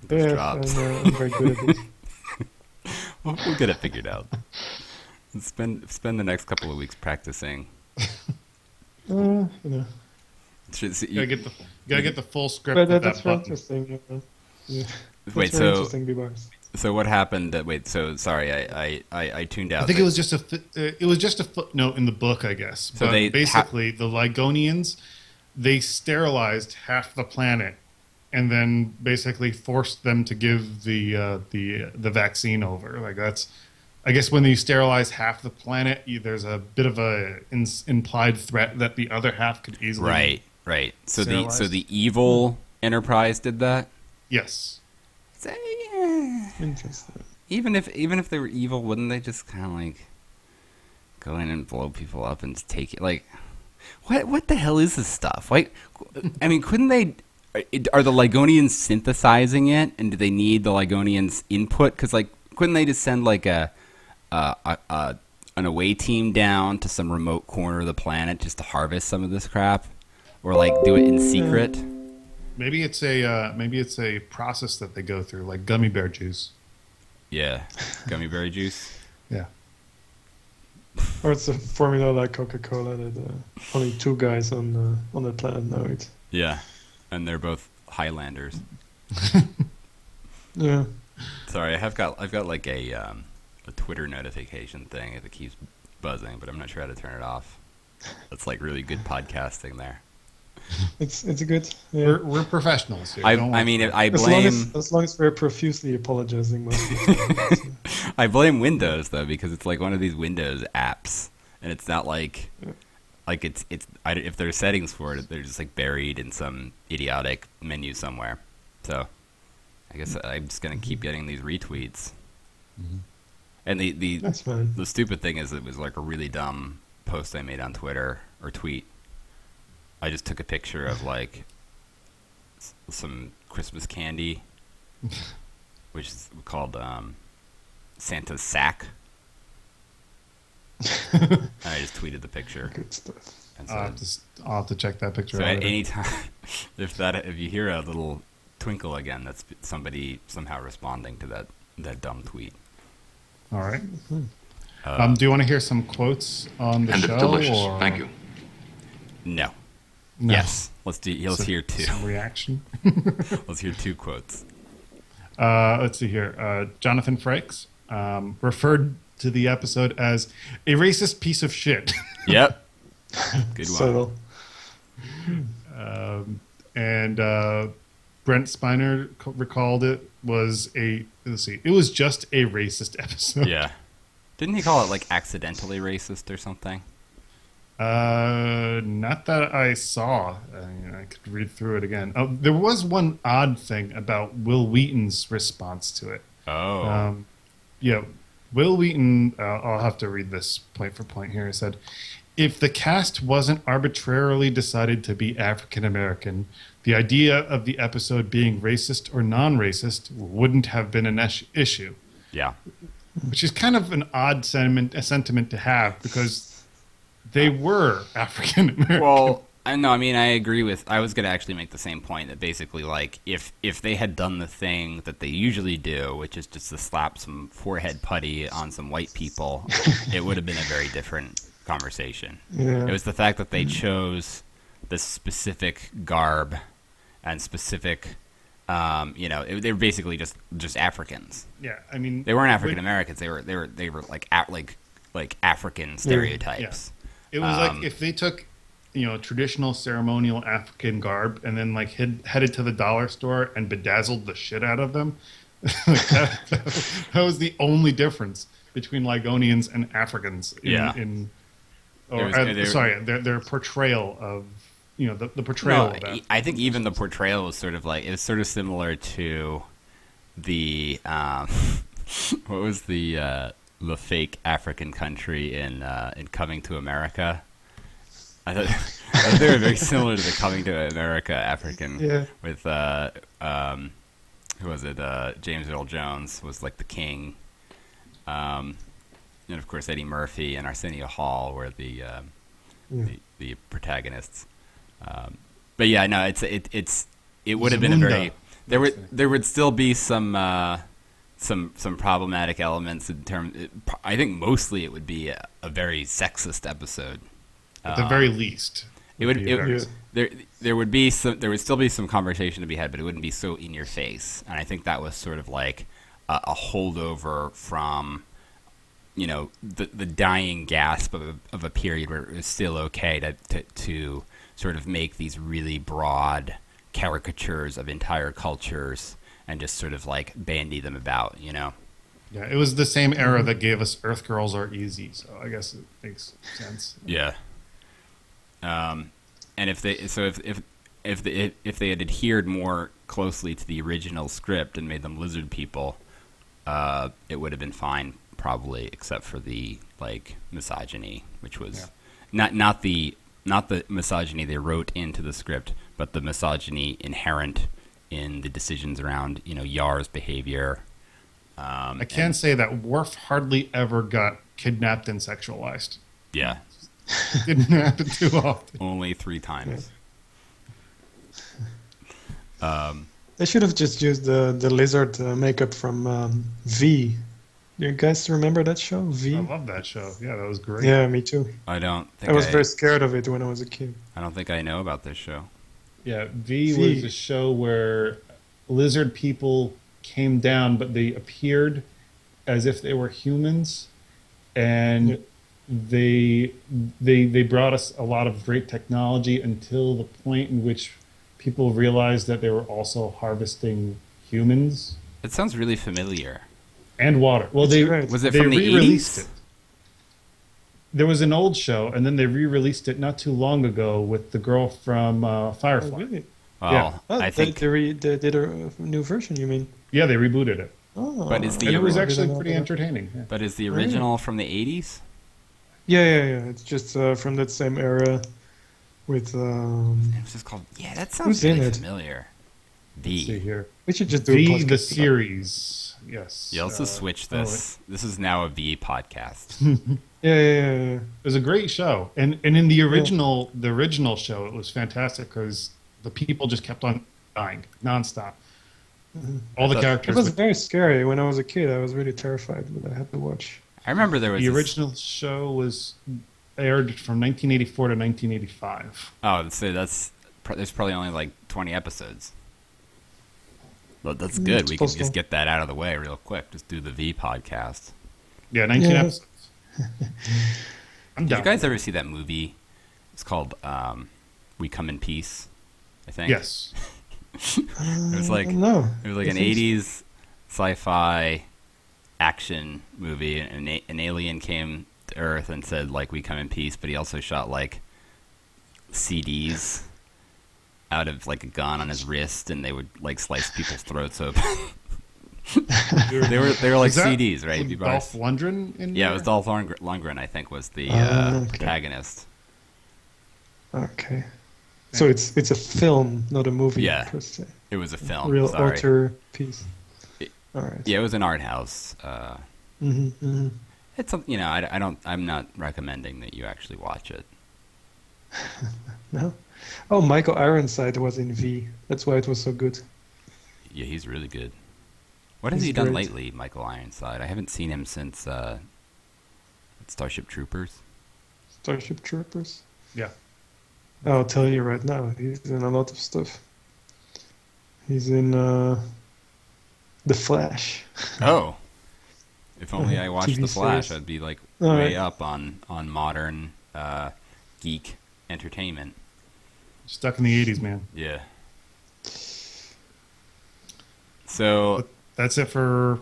A: with those
C: yes,
A: drops.
C: I'm, uh, I'm very good (laughs) at this.
A: We'll, (laughs) we'll get it figured out. Spend spend the next couple of weeks
B: (laughs)
A: practicing.
C: Uh, you know.
A: Should- so you-
B: gotta get the, gotta get the full script. with
C: But that, that's
B: that
C: very
B: button.
C: interesting. uh, yeah. That's
A: wait,
C: very
A: so
C: interesting, Bebars.
A: so what happened? That, wait, so sorry, I I, I, I tuned out.
B: I think
A: They-
B: it was just a fi- uh, it was just a footnote in the book, I guess.
A: So
B: but
A: they ha-
B: basically, the Ligonians they sterilized half the planet, and then basically forced them to give the uh, the the vaccine over. Like that's, I guess, when you sterilize half the planet, you, there's a bit of a in, implied threat that the other half could easily
A: right, right. So the so
B: Sterilized.
A: the evil Enterprise did that.
B: Yes,
A: So, yeah.
C: Interesting.
A: Even if even if they were evil, wouldn't they just kind of like go in and blow people up and take it? Like, what what the hell is this stuff? Like, I mean, couldn't they? Are the Ligonians synthesizing it, and do they need the Ligonians' input? Because like, couldn't they just send like a, a, a, a an away team down to some remote corner of the planet just to harvest some of this crap, or like do it in secret?
B: maybe it's a uh, maybe it's a process that they go through, like gummy bear juice.
A: Yeah, gummy berry juice.
B: Yeah.
C: Or it's a formula like Coca-Cola that uh, only two guys on uh, on the planet know it.
A: Yeah, and they're both Highlanders.
C: Yeah.
A: Sorry, I have got I've got like a um, a Twitter notification thing that keeps buzzing, but I'm not sure how to turn it off. That's like really good podcasting there.
C: It's it's good. Yeah.
B: We're, we're professionals here.
A: I,
B: Don't worry.
A: I mean, I
C: as long as
A: blame
C: as long as we're profusely apologizing.
A: (laughs)
C: Most of the time.
A: I blame Windows though because it's like one of these Windows apps, and it's not like like it's it's I, don't- if there are settings for it, they're just like buried in some idiotic menu somewhere. So I guess I'm just gonna keep getting these retweets.
C: Mm-hmm.
A: And the, the
C: That's fine.
A: the stupid thing is it was like a really dumb post I made on Twitter or tweet. I just took a picture of like s- some Christmas candy, which is called um, Santa's sack. and I just tweeted the picture.
C: Good stuff.
A: And so,
B: I'll have, to, s- I'll have to check that picture
A: so
B: out.
A: at any time, (laughs) if that if you hear a little twinkle again, that's somebody somehow responding to that that dumb tweet.
B: All right. um, do you want to hear some quotes on the
D: Uh, And
B: show?
D: it's delicious.
B: or-
D: Thank you.
A: No.
B: No.
A: Yes. Let's do. Let's
B: Some-
A: hear two.
B: Some reaction.
A: (laughs) Let's hear two quotes.
B: Uh, let's see here. Uh, Jonathan Frakes um, referred to the episode as a racist piece of shit. (laughs)
A: Yep. Good one.
C: Subtle.
B: um, and uh, Brent Spiner c- recalled it was a let's see, it was just a racist (laughs) episode.
A: Yeah. Didn't he call it like accidentally racist or something?
B: Uh, not that I saw. I, mean, I could read through it again. Oh, there was one odd thing about Will Wheaton's response to it.
A: Oh.
B: Um, yeah, Will Wheaton. Uh, I'll have to read this point for point here. He said, "If the cast wasn't arbitrarily decided to be African American, the idea of the episode being racist or non-racist wouldn't have been an ish- issue."
A: yeah.
B: Which is kind of an odd sentiment, a sentiment to have because they were African American.
A: Well, I no, I mean I agree with. I was gonna actually make the same point that basically like if if they had done the thing that they usually do, which is just to slap some forehead putty on some white people, it would have been a very different conversation.
C: Yeah.
A: It was the fact that they chose this specific garb and specific, um, you know, it, they were basically just just Africans.
B: yeah, I mean,
A: They weren't
B: like,
A: African Americans. They were they were they were like a like like African stereotypes.
B: It was
A: Um,
B: like if they took, you know, traditional ceremonial African garb and then like hid, headed to the dollar store and bedazzled the shit out of them. (laughs) that, that was the only difference between Ligonians and Africans. In,
A: Yeah.
B: In, or,
A: was-
B: uh,
A: they were-
B: sorry, their, their portrayal of, you know, the, the portrayal
A: No,
B: of that.
A: e- I think even the portrayal was sort of like it's sort of similar to the um, (laughs) what was the uh, the fake African country in uh, in Coming to America. I thought, (laughs) I thought they were very similar to the Coming to America African
C: Yeah.
A: with uh, um, who was it? Uh, James Earl Jones was like the king, um, and of course Eddie Murphy and Arsenio Hall were the um,
C: Yeah.
A: the, the protagonists. Um, but yeah, no, it's it, it's it would have been a very
B: Zamunda.
A: there would there would still be some uh, some some problematic elements in terms. I think mostly it would be a, a very sexist episode.
B: At the very least.
A: um, It would
B: be
A: it,
B: very-
C: Yeah.
A: there there would be some there would still be some conversation to be had, but it wouldn't be so in your face. And I think that was sort of like a, a holdover from you know the the dying gasp of a, of a period where it was still okay to, to to sort of make these really broad caricatures of entire cultures and just sort of like bandy them about, you know.
B: yeah, it was the same era
A: Mm-hmm.
B: that gave us Earth Girls Are Easy, so I guess it makes sense.
A: Yeah. Um, and if they so if if if they, if they had adhered more closely to the original script and made them lizard people, uh, it would have been fine probably, except for the like misogyny, which was not not the not the misogyny they wrote into the script, but the misogyny inherent in the decisions around you know Yar's behavior. Um,
B: I can say that Worf hardly ever got kidnapped and sexualized.
A: yeah,
B: Didn't (laughs) happen too often.
A: only three times.
C: They should have just used the the lizard uh, makeup from um, V. Do you guys remember that show V?
B: I love that show. Yeah, that was great.
C: yeah, me too.
A: I don't. Think
C: I was very scared of it when I was a kid.
A: I don't think I know about this show.
B: Yeah, V,
C: V.
B: was a show where lizard people came down, but they appeared as if they were humans, and they they they brought us a lot of great technology until the point in which people realized that they were also harvesting humans
A: It sounds really familiar.
B: and water. Well, they
C: right.
A: Was it
B: they
A: from the
B: re-released
A: 80s?
B: it. There was an old show, and then they re-released it not too long ago with the girl from uh, Firefly.
A: Well,
B: Yeah.
C: Oh,
A: Oh, I
C: they-
A: think,
C: they, re- they did a uh, new version. You mean?
B: Yeah, they rebooted it.
C: Oh,
A: But it's the-
B: And it was
A: Yeah.
B: actually pretty entertaining. yeah.
A: but is the original from the '80s?
C: Yeah, yeah, yeah. It's just uh, from that same era with. Um,
A: It was just called. Yeah, that sounds
C: in
A: really
C: it?
A: familiar.
B: Let's see
A: The.
B: here.
C: we should just do a
B: V
C: podcast
B: the
C: about-
B: series. Yes.
A: Yeah, let's
B: Uh,
A: just switch
B: oh,
A: this. This is now a V podcast.
B: (laughs)
C: Yeah, yeah, yeah, yeah.
B: it was a great show, and and in the original the original show, it was fantastic because the people just kept on dying nonstop. All the
A: thought-
B: characters.
C: It was
B: would-
C: very scary when I was a kid. I was really terrified, but I had to watch.
A: I remember there was
B: the
A: this-
B: original show was aired from 1984 to 1985.
A: Oh, so that's pr- there's probably only like 20 episodes. But that's good.
C: it's
A: We can just
B: Mm,
C: possible.
A: get that out of the way real quick. Just do the V podcast.
B: Yeah, 19
C: Yeah.
B: episodes.
A: (laughs)
B: I'm
A: Did
B: done.
A: you guys ever see that movie? It's called um, "We Come in Peace." I think.
B: yes. Mm,
A: It was like
C: no.
A: it was like an
C: It seems-
A: '80s sci-fi action movie, and an, a- an alien came to Earth and said, "Like we come in peace," but he also shot like CDs out of like a gun on his wrist, and they would like slice people's throats open. (laughs) (laughs) they were they were like
B: Was that
A: CDs, right? If you
B: with
A: bought-
B: Dolph Lundgren in
A: yeah, it was
B: there?
A: Dolph Lundgren. Lundgren, I think, was the uh,
C: Ah, okay.
A: protagonist.
C: Okay. So it's it's a film, not a movie.
A: Yeah.
C: per se.
A: It was a film.
C: Real
A: sorry.
C: author piece.
A: It-
C: All right.
A: Yeah, it was an art house. Uh,
C: hmm hmm
A: it's some- you know I, I don't I'm not recommending that you actually watch it.
C: No. Oh, Michael Ironside was in V. That's why it was so good.
A: Yeah, he's really good. What has
C: He's
A: he done
C: great.
A: lately, Michael Ironside? I haven't seen him since uh, Starship
C: (laughs)
A: Troopers.
C: Starship Troopers.
B: Yeah.
C: I'll tell you right now. He's in a lot of stuff. He's in uh, The Flash.
A: Oh, if only
C: Uh,
A: I watched
C: TV
A: The Flash,
C: series.
A: I'd be like
C: All
A: way
C: right.
A: up on on modern uh, geek entertainment.
B: Stuck in the 80s, man.
A: Yeah. So
B: That's it for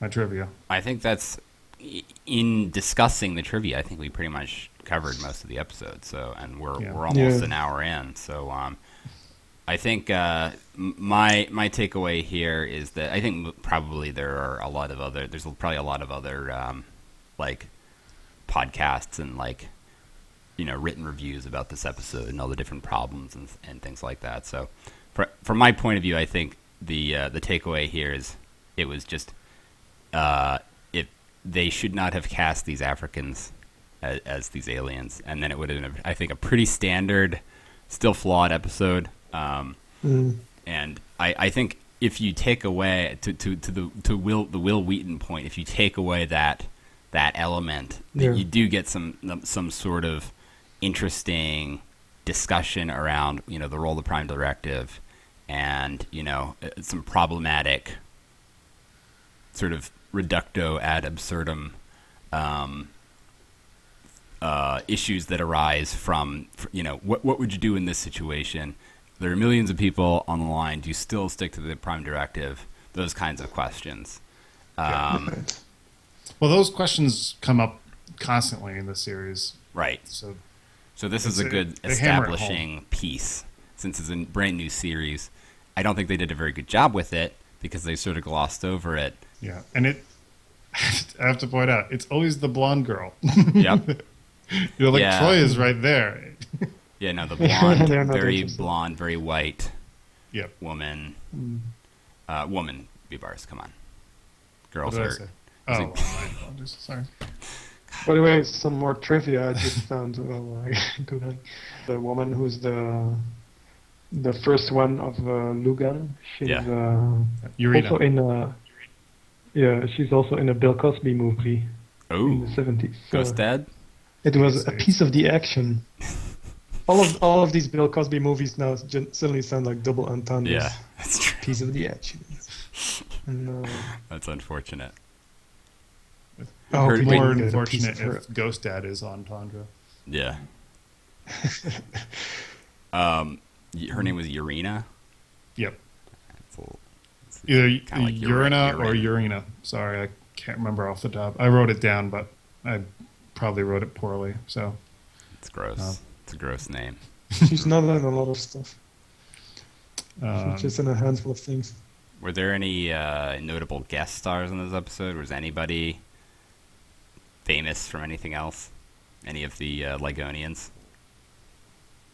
B: my trivia.
A: I think that's i- in discussing the trivia. I think we pretty much covered most of the episode. So, and we're
B: Yeah.
A: we're almost
C: Yeah.
A: an hour in. So, um, I think uh, m- my my takeaway here is that I think m- probably there are a lot of other there's probably a lot of other um, like podcasts and like you know written reviews about this episode and all the different problems and and things like that. So, fr from my point of view, I think the uh, the takeaway here is it was just uh, it they should not have cast these Africans as, as these aliens, and then it would have been, I think, a pretty standard, still flawed episode. Um,
C: Mm.
A: and I, I think if you take away to, to, to the to Will the Will Wheaton point, if you take away that that element,
C: Yeah.
A: that you do get some some sort of interesting discussion around you know the role of the Prime Directive, and you know uh, some problematic sort of reducto ad absurdum um, uh, issues that arise from fr- you know what what would you do in this situation? There are millions of people on the line. Do you still stick to the prime directive? Those kinds of questions. Um,
C: (laughs) Right.
B: Well, those questions come up constantly in this series.
A: right.
B: So
A: So this is
B: It's
A: a
B: a-
A: good
B: they hammer it home.
A: establishing piece since it's a brand new series. I don't think they did a very good job with it because they sort of glossed over it.
B: yeah, and it. (laughs) I have to point out, it's always the blonde girl. (laughs)
A: Yep.
B: you know, like
A: Yeah.
B: Troy is right there. (laughs)
A: Yeah, no, the blonde,
C: They're not
A: very
C: interested.
A: blonde, very white
B: Yep.
A: woman. Uh, woman, B-bars, come on.
B: What
A: Girls
B: did I
A: are...
B: say? Oh, well, my apologies. Sorry.
C: By the way, some more trivia I just found (laughs) while uh, googling. The woman who's the the first one of uh, Lugan. She's
A: Yeah.
C: uh, also
B: Urena.
C: in a yeah. She's also in a Bill Cosby movie in the
A: Oh,
C: seventies.
A: Ghost Dad?
C: It was a piece of the
A: (laughs)
C: action. All of all of these Bill Cosby movies now gen- suddenly sound like double entendres.
A: Yeah, (laughs) that's true.
C: Piece of the action. And, uh,
A: That's unfortunate.
C: I hope
A: Heard
C: he
A: wait,
B: More
C: didn't get a piece
B: unfortunate
C: of her-
B: if Ghost Dad is on Tundra.
A: Yeah. um, y- her name was Urena.
B: Yep.
A: That's a little- that's
B: Either
A: kinda like
B: Urina
A: Ure-
B: or
A: Urena.
B: Urina. Sorry, I can't remember off the top. I wrote it down, but I probably wrote it poorly. So
A: It's gross.
B: Oh.
A: It's a gross name.
C: She's not in a lot of stuff.
B: um,
C: She's just in a handful of things.
A: Were there any uh, notable guest stars in this episode? Was anybody famous from anything else? Any of the uh, Ligonians?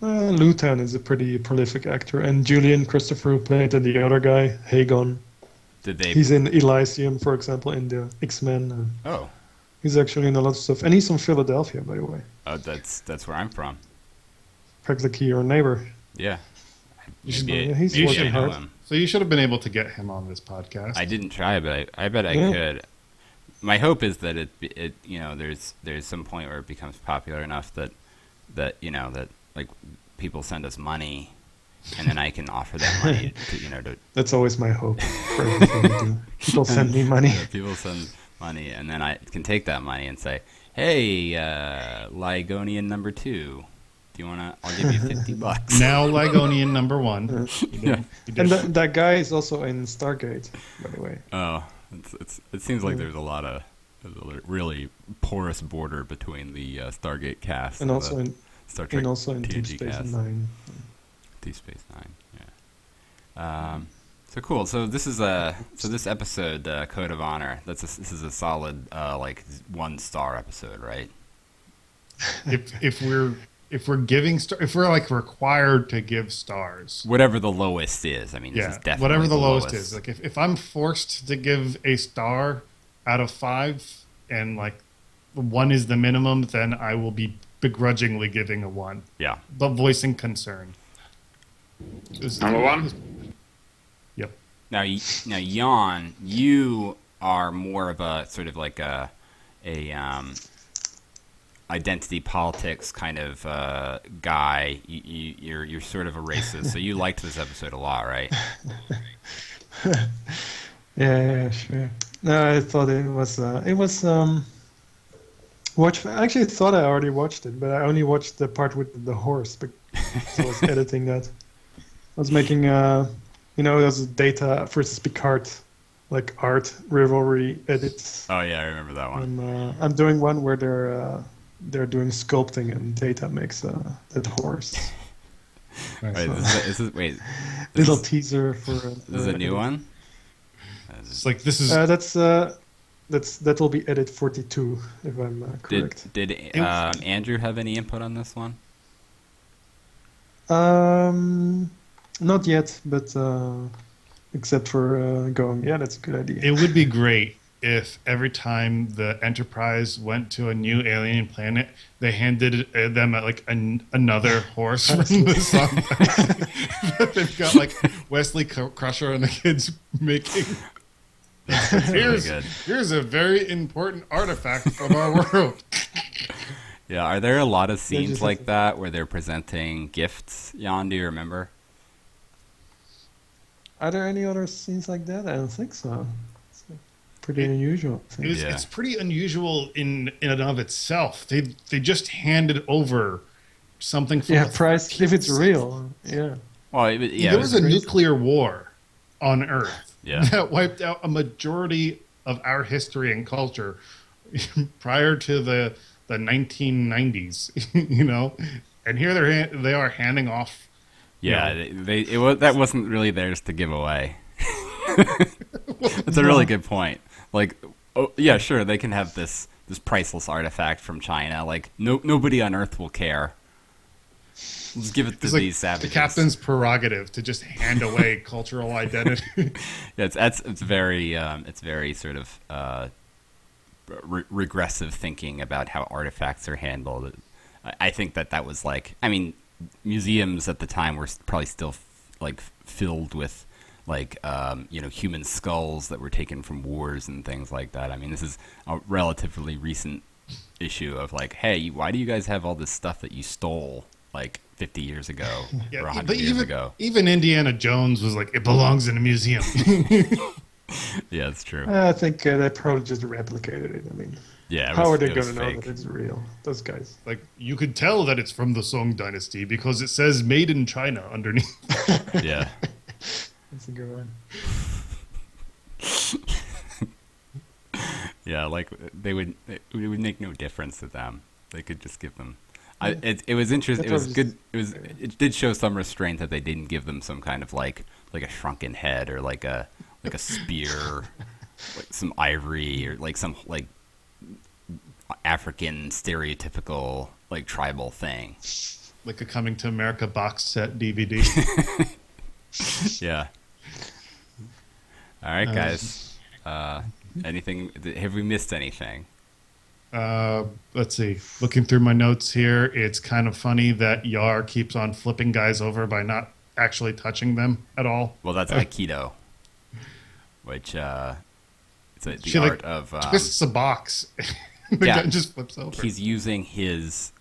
C: Uh, Lutan is a pretty prolific actor, and Julian Christopher who played the other guy, Hagon.
A: Did they?
C: He's in Elysium, for example, in the X Men. Uh,
A: oh,
C: he's actually in a lot of stuff, and he's from Philadelphia, by the way.
A: uh, that's that's where I'm from.
C: Practically your neighbor.
A: Yeah.
B: You should-
A: Maybe
C: yeah,
A: I-
C: he's
A: maybe I
B: working
A: know
C: hard.
A: him.
B: so you should have been able to get him on this podcast.
A: I didn't try, but I, I bet I
C: Yeah.
A: could. My hope is that it, it, you know, there's there's some point where it becomes popular enough that that you know that like people send us money, and then I can offer that money, to, you know, to
C: (laughs) That's always my hope. For everything I do. People send me money.
A: people send money, and then I can take that money and say, "Hey, uh, Ligonian number two, do you wanna? I'll give you fifty bucks."
B: Now Ligonian number one. You did- you did.
C: And that that guy is also in Stargate, by the way.
A: Oh, it's, it's, it seems like there's a lot of there's a really porous border between the uh, Stargate cast
C: And
A: the
C: also in
A: Star Trek
C: and also in Deep
A: TNG
C: Space
A: cast.
C: Nine.
A: Deep Space Nine. Yeah. Um, so cool. So this is a so this episode, uh, Code of Honor. That's a, this is a solid uh, like one star episode, right?
B: if if we're if we're giving star, if we're like required to give stars,
A: Whatever the lowest is. I mean, this
B: yeah,
A: is definitely
B: whatever the lowest,
A: lowest
B: is. Like if if I'm forced to give a star out of five, and like one is the minimum, then I will be begrudgingly giving a one,
A: yeah.
B: but voicing concern. It was-
F: Number one?
B: Yep.
A: Now, y- now, Jan, you are more of a sort of like a a um, identity politics kind of uh, guy. You, you, you're you're sort of a racist, so you liked this episode a lot, right?
C: Yeah, yeah, sure. No, I thought it was uh, it was um. Watch. I actually thought I already watched it, but I only watched the part with the
A: (laughs)
C: horse because I was editing that. I was making uh, you know, those data versus Picard, like art rivalry edits.
A: Oh yeah, I remember that one.
C: I'm uh, I'm doing one where they're uh, they're doing sculpting and data makes uh, that horse.
A: Wait, this is, this is, wait, this
C: Little
A: is,
C: teaser for.
A: this is a new one.
B: It's like this is
C: Uh, that's uh, that's that will be edit 42 if I'm uh, correct.
A: Did did um, Andrew have any input on this one?
C: Um, not yet, but uh, except for uh, going. Yeah, that's a good idea.
B: It would be great if every time the Enterprise went to a new alien planet, they handed uh, them uh, like an, another horse from the sun. (laughs) but they've got like Wesley Cr- Crusher and the kids making.
A: That's really
B: Here's,
A: good.
B: here's a very important artifact of our
A: (laughs)
B: world.
A: Yeah, are there a lot of scenes
C: just-
A: like that where they're presenting gifts? Jan, do you remember?
C: Are there any other scenes like that? I don't think so. It's pretty unusual. I
B: It
C: think.
B: was,
A: Yeah.
B: It's pretty unusual in in and of itself. They they just handed over something. From
C: yeah,
B: a
C: price if it's real. Yeah.
A: Well, it, yeah, it
B: there
A: was-
B: was a nuclear war on Earth
A: Yeah.
B: (laughs) that wiped out a majority of our history and culture (laughs) prior to the the 1990s. (laughs) you know, and here they're han- they are handing off.
A: Yeah, they, they it was that wasn't really theirs to give
B: (laughs)
A: away. That's a really good point. Like, oh yeah, sure, they can have this this priceless artifact from China. Like, no nobody on Earth will care. Let's give it to
B: It's like
A: these savages.
B: the captain's prerogative to just
A: (laughs)
B: hand away cultural identity. (laughs)
A: Yeah, it's that's it's very um, it's very sort of uh, re- regressive thinking about how artifacts are handled. I, I think that that was like I mean, museums at the time were s- probably still f- like filled with like um, you know human skulls that were taken from wars and things like that. I mean, this is a relatively recent issue of like, hey, why do you guys have all this stuff that you stole like 50 years
C: (laughs)
A: ago
B: Yeah,
A: or 100
B: but
A: years
B: even
A: ago?
B: even Indiana Jones was like, it belongs in a museum. (laughs)
A: Yeah, it's true.
C: Uh, I think uh, they probably just replicated it. I mean,
A: Yeah, it
C: how
A: was-
C: are they
A: it was
C: going to know
A: fake.
C: that it's real? Those guys.
B: like you could tell that it's from the Song Dynasty because it says "Made in China" underneath. (laughs)
A: yeah.
C: That's a good one.
A: Yeah, like they would, it would make no difference to them. They could just give them. I, it, it was interesting. It
C: That's
A: was
C: what I
A: good. It was. It did show some restraint that they didn't give them some kind of like like a shrunken head or like a like a
C: (laughs)
A: spear, like some ivory or like some like African stereotypical like tribal thing.
B: like a coming to America box set DVD.
A: Yeah. All right, guys. Uh, anything? Have we missed anything?
B: uh, let's see. Looking through my notes here, it's kind of funny that Yar keeps on flipping guys over by not actually touching them at all.
A: Well, that's Aikido, which uh, it's a, the
B: She, like,
A: art of um,
B: Twists a box. (laughs) the
A: Yeah.
B: guy just flips over.
A: he's using his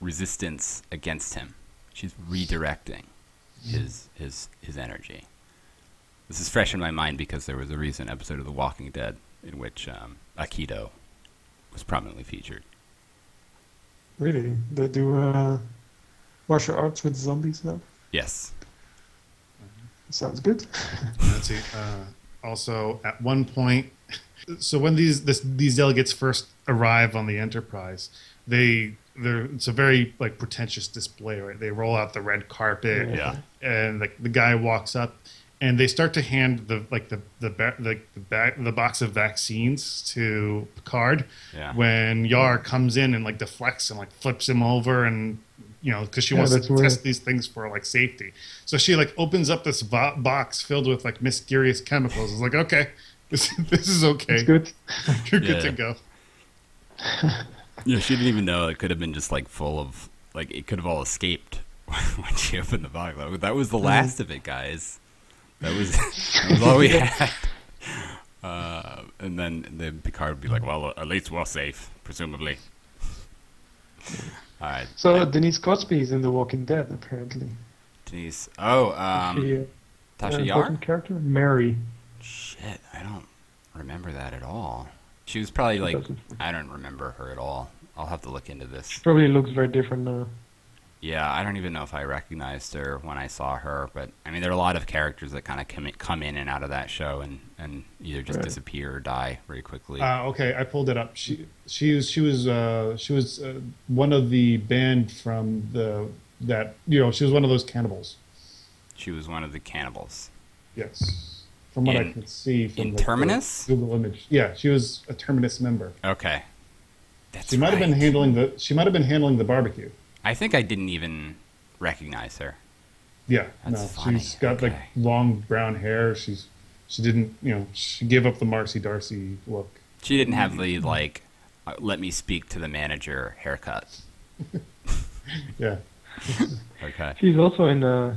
A: resistance against him. She's redirecting his his his energy. This is fresh in my mind because there was a recent episode of The Walking Dead in which um, Aikido was prominently featured.
C: Really? They do uh, martial arts with zombies now?
A: Yes.
C: Sounds good. (laughs)
B: Let's see. Uh, also, at one point, so when these this, these delegates first arrive on the Enterprise, they they're it's a very like pretentious display, right? They roll out the red carpet,
A: Yeah.
B: and like the guy walks up, and they start to hand the like the the ba- like the, ba- the box of vaccines to Picard.
A: Yeah.
B: When Yar comes in and like deflects and like flips him over and. You know, because she
C: Yeah,
B: wants to
C: that's weird.
B: test these things for like safety. So she like opens up this vo- box filled with like mysterious chemicals. It's like, okay, (laughs) this, this is okay.
C: It's good.
B: You're good
A: Yeah.
B: to go.
A: Yeah, she didn't even know. It could have been just like full of like it could have all escaped (laughs) when she opened the box. That was- That was the
C: Mm-hmm.
A: last of it, guys. That was, (laughs) that was
C: (laughs)
A: all we had. Uh, and then then Picard would be like, "Well, at least we're safe, presumably." All right,
C: So Denise Crosby is in The Walking Dead, apparently.
A: Denise. Oh, um,
C: She, uh, an
A: Tasha Yar.
C: important character? Mary.
A: Shit, I don't remember that at all. She was probably like,
C: doesn't-
A: I don't remember her at all. I'll have to look into this.
C: Probably looks very different now.
A: Yeah, I don't even know if I recognized her when I saw her, but I mean, there are a lot of characters that kind of come in, come in and out of that show and, and either just
C: Right.
A: disappear or die very quickly.
B: Uh, okay, I pulled it up. She she was she was uh, she was uh, one of the band from the that you know she was one of those cannibals.
A: she was one of the cannibals.
B: Yes, from what I
A: In-
B: can see from
A: in
B: the- the
A: Terminus?
B: Google image. Yeah, she was a terminus member.
A: Okay, that's
B: She might have been
A: right.
B: handling the she might have been handling the barbecue.
A: I think I didn't even recognize her.
B: Yeah,
A: That's
B: no,
A: funny,
B: she's got like
A: okay.
B: long brown hair. She's she didn't you know she gave up the Marcy Darcy look.
A: She didn't have the
C: Mm-hmm.
A: like, uh, let me speak to the manager haircut.
B: Yeah.
A: Okay.
C: She's also in. Uh,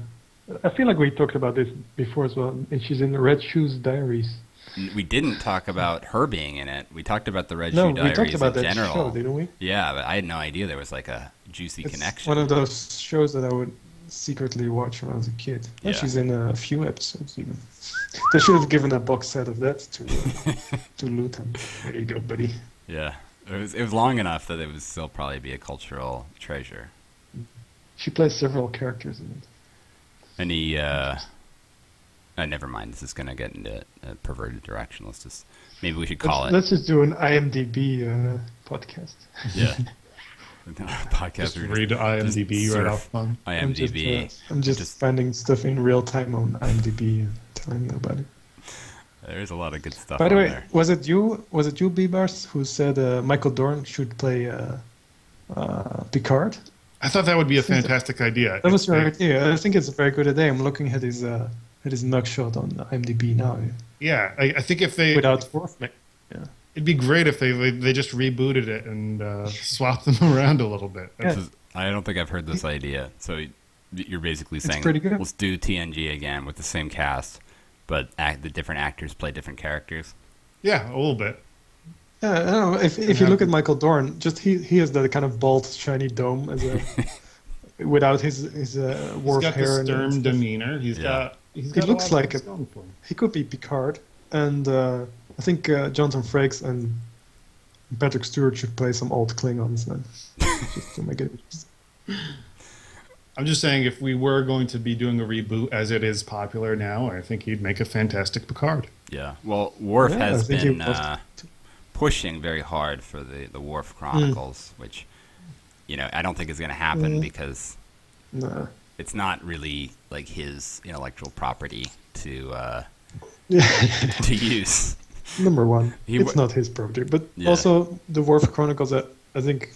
C: I feel like we talked about this before as well. And she's in the Red Shoes Diaries.
A: N- We didn't talk about her being in it. We talked about the Red
C: no,
A: Shoe
C: we
A: Diaries
C: talked about
A: in
C: that
A: general.
C: show, didn't we?
A: yeah, but I had no idea there was like a juicy
C: It's
A: connection.
C: One of those shows that I would secretly watch when I was a kid. Yeah.
A: Yeah.
C: she's in uh, a few episodes even. they should have given a box set of that to uh,
A: (laughs)
C: to Luton. There you go, buddy.
A: Yeah, it was it was long enough that it would still probably be a cultural treasure.
C: She plays several characters in it.
A: Any, uh, uh never mind. This is gonna get into a perverted direction. Let's just maybe we should call
C: let's,
A: it.
C: let's just do an IMDb uh, podcast. (laughs)
A: Yeah, (laughs) podcast.
B: Just
A: where we
B: read IMDb
A: surf
B: right off. Um,
C: I'm just,
A: IMDb.
C: uh, I'm just,
A: Just-
C: finding stuff in real time on IMDb and telling nobody.
A: There's a lot of good stuff.
C: By the
A: on
C: way,
A: there.
C: was it you? Was it you, Bebars, who said uh, Michael Dorn should play uh, uh, Picard?
B: I thought that would be a fantastic idea.
C: That was
B: If they-
C: your idea. I think it's a very good idea. I'm looking at his uh, at his mug shot on IMDb now.
B: Yeah, I, I think if they
C: Without Worfman.
B: It'd be great if they they, they just rebooted it and
C: (laughs)
B: uh, swapped them around a little bit.
A: This is- I don't think I've heard this idea. So y- you're basically saying
C: pretty good.
A: let's do TNG again with the same cast, but act, the different actors play different characters.
B: Yeah, a little bit.
C: Yeah, I don't know. If if you look at Michael Dorn, just he he has that kind of bald, shiny dome as a
A: (laughs)
C: without his his uh,
B: He's
C: warp
B: got
C: hair.
B: the
C: and
B: stern
C: stuff.
B: demeanor. He's
A: Yeah.
B: got. He's
C: He
B: got
C: looks
B: lot
C: like
B: that's
C: a-
B: going for him.
C: he could be Picard, and uh, I think uh, Jonathan Frakes and Patrick Stewart should play some old
A: (laughs)
C: Klingons then, just to make it.
B: I'm just saying, if we were going to be doing a reboot as it is popular now, I think he'd make a fantastic Picard.
A: Yeah. Well, Worf
C: Yeah, I
A: has
C: think he
A: been
C: was-
A: uh, pushing very hard for the the
C: Mm.
A: Worf Chronicles, which you know I don't think is going to happen
C: Mm.
A: because
C: Nah.
A: it's not really like his intellectual property to
C: (laughs)
A: uh, to use.
C: Number one,
A: He
C: it's
A: wa-
C: not his property, but
A: Yeah.
C: also the Worf Chronicles. I, I think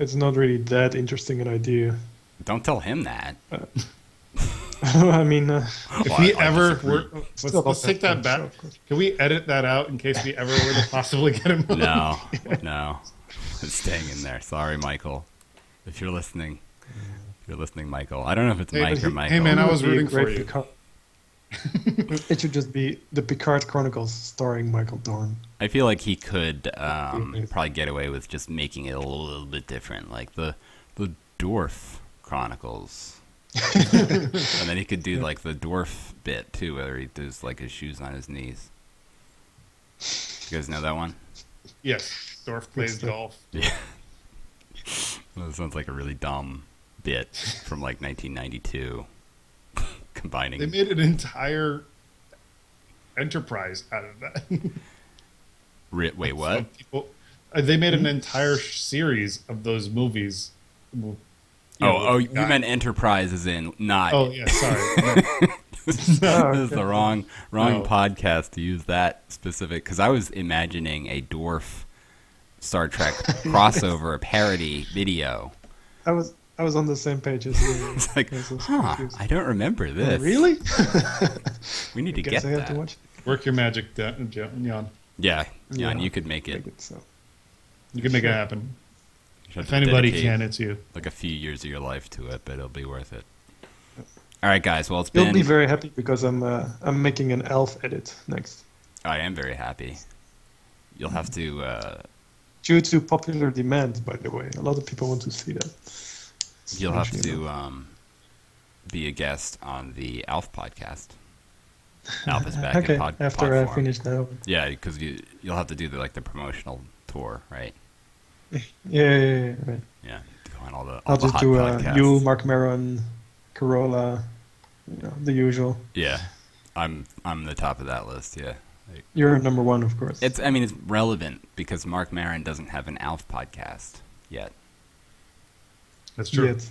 C: it's not really that interesting an idea. (laughs)
A: Don't tell him that.
C: I mean, uh,
B: If
A: Well,
B: we
A: I- I
B: ever
A: disagree.
B: were, let's,
C: still
B: let's take that
C: show,
B: back.
C: of course.
B: Can we edit that out in case we ever were to possibly get him? on?
A: No, no, (laughs) it's staying in there. Sorry, Michael, if you're listening. If you're listening, Michael. I don't know if it's
B: Hey,
A: Mike
B: but
A: or
B: he-
A: Michael.
B: hey, man, And I
C: It would
B: was
C: be a
B: rooting for
C: great
B: you. (laughs)
C: Picard- it should just be the Picard Chronicles starring Michael Dorn.
A: I feel like he could um,
B: Mm-hmm.
C: Mhm.
A: probably get away with just making it a little bit different, like the the dwarf
B: (laughs)
A: chronicles, and then he could do like the dwarf bit too, where he does like his shoes on his knees. You guys know that one?
B: Yes, Dorf plays
C: stuff.
B: golf.
A: Yeah. that sounds like a really dumb bit from like 1992. (laughs) Combining
B: They made an entire enterprise out of that. (laughs)
A: ri- wait, what?
B: Some people- uh, they made an entire sh- series of those movies. Mo- you know,
A: oh, oh,
B: with
A: you
B: the guy-
A: meant enterprise as in not.
B: Oh yeah, sorry. No,
A: (laughs)
C: Oh,
A: this is the wrong wrong
B: No.
A: podcast to use that specific because I was imagining a dwarf Star
C: (laughs)
A: Trek crossover, a parody video. (laughs)
C: I was I was on the same page as you.
A: It's like,
C: I was just
A: huh,
C: confused.
A: I don't remember this.
C: Oh, really?
A: We need to
C: Guess
A: get
C: I have
A: that.
C: to watch.
B: work your magic, Da- Jan. Jan.
A: Yeah, yeah, and
C: Yeah.
A: you could make it.
C: Make it so.
B: You can make it happen.
A: You should
B: If
A: have to
B: anybody
A: dedicate,
B: can, it's you.
A: like a few years of your life to it, but it'll be worth it. All right, guys. Well, it's
C: You'll
A: been.
C: be very happy because I'm uh, I'm making an elf edit next.
A: I am very happy. You'll have to. Uh,
C: Due to popular demand, by the way, a lot of people want to see that.
A: you'll have
C: Actually,
A: to um, be a guest on the Alf
C: (laughs)
A: podcast. Alf is back
C: okay,
A: in pod,
C: after
A: pod
C: I
A: form.
C: finish now.
A: Yeah, because you you'll have to do the like the promotional tour, right?
C: Yeah, yeah, yeah, right.
A: Yeah, to go on all the all
C: I'll
A: the
C: just
A: hot
C: do uh,
A: podcasts.
C: you, Mark Maron, Corolla, you know, the usual.
A: Yeah, I'm I'm the top of that list. Yeah,
C: You're number one, of course.
A: it's I mean it's relevant because Mark Maron doesn't have an Alf podcast yet.
B: That's true.
C: Yet.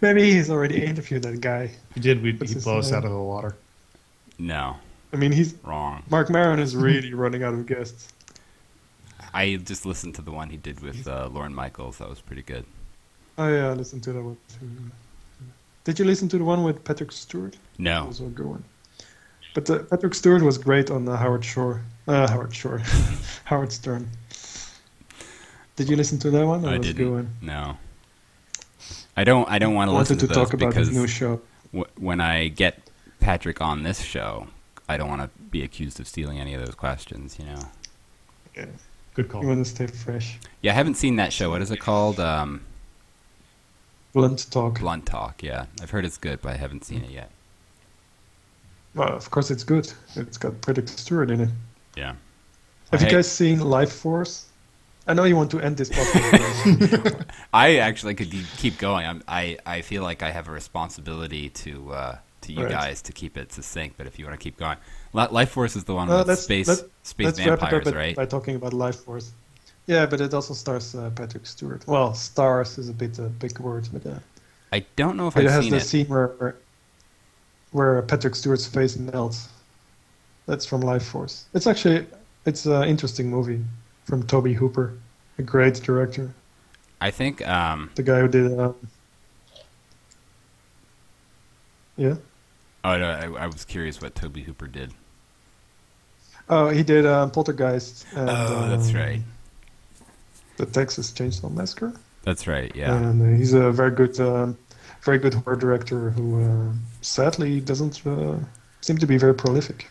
C: Maybe he's already interviewed that guy.
B: He did. We
C: What's
B: he
C: his
B: blow us
C: name?
B: out of the water.
A: No,
C: I mean, he's
A: wrong.
C: Mark Maron is
A: (laughs)
C: really running out of guests.
A: I just listened to the one he did with uh, Lauren Michaels. That was pretty good.
C: Oh yeah, I listened to that one. Too. Did you listen to the one with Patrick Stewart? That
A: No,
C: was a good one. But uh, Patrick Stewart was great on uh, Howard Shore. Uh, Howard Shore, (laughs) Howard Stern. Did you listen to that one? That
A: I
C: was a good
A: didn't.
C: one.
A: No, I don't. I don't want
C: I
A: to listen
C: wanted
A: to
C: to
A: those
C: talk about his
A: because
C: new show.
A: w- when I get Patrick on this show, I don't want to be accused of stealing any of those questions. You know.
B: Good
A: Oh.
C: You
B: call.
C: want to stay fresh.
A: Yeah, I haven't seen that show. What is it called? Um,
C: Blunt talk.
A: Blunt Talk. Yeah, I've heard it's good, but I haven't seen it yet.
C: Well, of course it's good. It's got Patrick Stewart in it.
A: Yeah.
C: Have
A: Hey.
C: you guys seen Life Force? I know you want to end this podcast.
A: (laughs) I actually could keep- keep going. I'm, I I feel like I have a responsibility to uh, to you
C: Right.
A: guys to keep it succinct. But if you want to keep going, Li- Life Force is the one
C: Uh,
A: with
C: let's-
A: space
C: let's-
A: space
C: Let's wrap it
A: vampires,
C: up
A: right?
C: by talking about Life Force. Yeah, but it also stars uh, Patrick Stewart. Well, stars is a bit a big word, but uh,
A: I don't know if
C: it
A: I've
C: has
A: seen
C: the
A: it.
C: scene where, where where Patrick Stewart's face melts. That's from Life Force. It's actually it's an interesting movie from Toby Hooper, a great director,
A: I think um,
C: the guy who did. Uh, yeah.
A: oh, no, I, I was curious what Toby Hooper did.
C: Oh, he did uh, Poltergeist. And,
A: oh, that's
C: um,
A: right.
C: The Texas Chainsaw Massacre.
A: That's right. Yeah.
C: And uh, he's a very good, um very good horror director who uh, sadly doesn't uh, seem to be very prolific.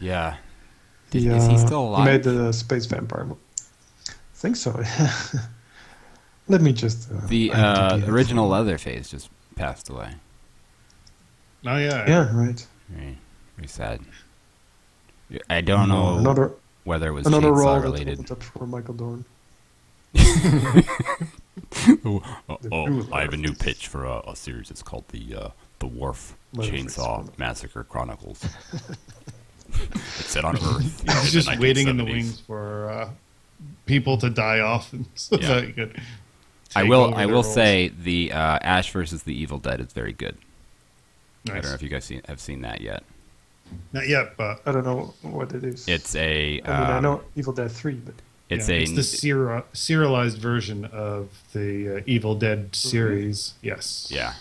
A: yeah.
C: He,
A: Is he
C: uh,
A: still alive?
C: made the Space Vampire. mo- I think so. (laughs) Let me just. Uh,
A: The uh,
C: IMDb.
A: original Leatherface just passed away.
B: Oh yeah.
C: Yeah, right.
A: Very, very sad. Yeah, I don't know
C: Another
A: whether it was
C: another role
A: chainsaw
C: that
A: related.
C: opened up for Michael Dorn.
A: (laughs) oh,
C: new
A: I have a new pitch for a, a series. It's called the uh, the Wharf
C: Leatherface
A: Chainsaw
C: Chronicles.
A: Massacre Chronicles. it's set on Earth. in
B: (laughs) He's just waiting in the
A: 1970s.
B: wings for uh, people to die off, (laughs) and so
A: Yeah.
B: that you could.
A: I
B: take
A: will.
B: over
A: I
B: their
A: will
B: roles.
A: say the uh, Ash versus the Evil Dead is very good. I don't know
B: Nice.
A: if you guys seen, have seen that yet.
B: Not yet, but
C: I don't know what it is.
A: It's a.
C: I mean, Oh, I
A: um,
C: know Evil Dead Three, but
A: It's
B: Yeah,
A: a.
B: the serial, serialized version of the uh, Evil Dead series. Yes.
A: yeah.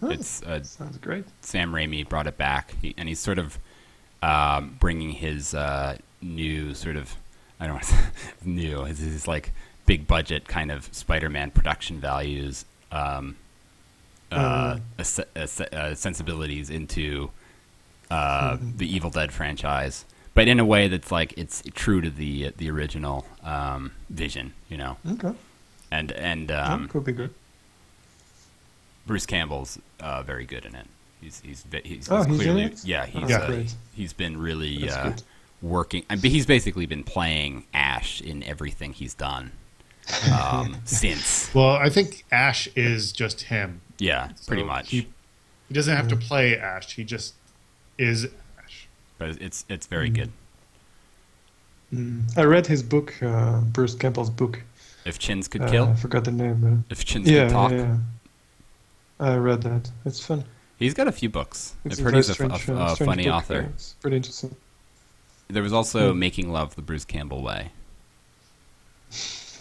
C: Huh,
A: It's a
C: oh, sounds great.
A: Sam Raimi brought it back, he, and he's sort of um, bringing his uh, new sort of I don't want to (laughs) say new his, his like big budget kind of Spider-Man production values um, uh, a se- a se- uh, sensibilities into uh, the Evil Dead franchise, but in a way that's like it's true to the the original um, vision, you know,
C: Okay,
A: and and
C: That
A: um,
C: could be good.
A: Bruce Campbell's uh, very good in it. He's he's ve- he's,
C: Oh,
A: he's
C: he's in
A: clearly
C: it?
A: yeah he's
C: Yeah.
A: uh,
C: Great.
A: he's been really
C: That's
A: uh,
C: good.
A: working. I mean, he's basically been playing Ash in everything he's
C: (laughs)
A: done um, since.
B: Well, I think Ash is just him.
A: Yeah,
B: So
A: pretty much.
B: He, he doesn't have to play Ash. He just is Ash.
A: but it's it's very
C: Mm-hmm.
A: good.
C: Mm. I read his book, uh, Bruce Campbell's book.
A: If chins could
C: Uh, I
A: kill,
C: forgot the name. uh,
A: if chins
C: yeah,
A: could talk,
C: yeah, yeah. I read that. It's fun.
A: he's got a few books.
C: It's
A: I've heard
C: very
A: he's a, f-
C: strange,
A: a-
C: uh,
A: a
C: strange
A: funny
C: book.
A: author.
C: Yeah, Hmm. It's pretty interesting. (laughs)
A: There was also Making Love the Bruce Campbell Way.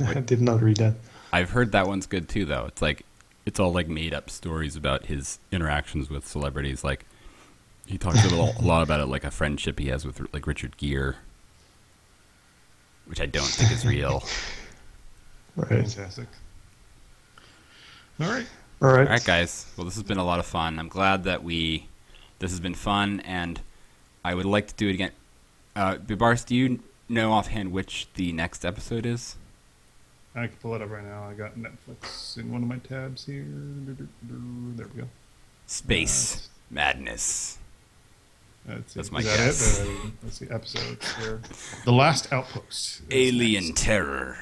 C: I did not read that.
A: I've heard that one's good too, though. It's like it's all like made up stories about his interactions with celebrities. Like he talks a, little, a lot about it, like a friendship he has with like Richard Gere, which I don't think is real.
C: Right.
B: Fantastic. All right.
C: All right.
A: All right, guys. Well, this has been a lot of fun. I'm glad that we. This has been fun, and I would like to do it again. Uh, Bibars, do you know offhand which the next episode is?
B: I can pull it up right now. I got Netflix in one of my tabs here. There we go.
A: Space Madness.
B: That's,
A: That's
B: it.
A: my
B: Is that
A: guess.
B: It? Uh, let's see, episodes here. The Last Outpost. is
A: Alien
B: next.
A: Terror.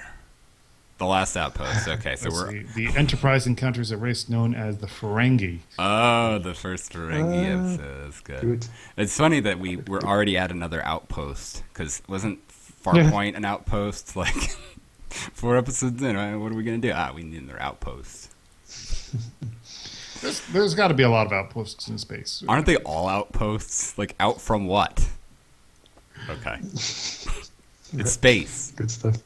A: The Last Outpost. Okay, so
B: Let's
A: we're.
B: see. The Enterprise encounters a race known as the Ferengi.
A: Oh, the first Ferengi
B: Ah,
C: Uh,
A: episode. That's good.
C: Good.
A: It's funny that we were already at another outpost, because wasn't Farpoint an outpost? (laughs) Like, four episodes in, right? what are we going to do? Ah, we need another outpost.
B: There's, there's got to be a lot of outposts in space.
A: Aren't they all outposts? Like out from what?
B: (laughs)
A: Okay. it's space.
C: Good stuff.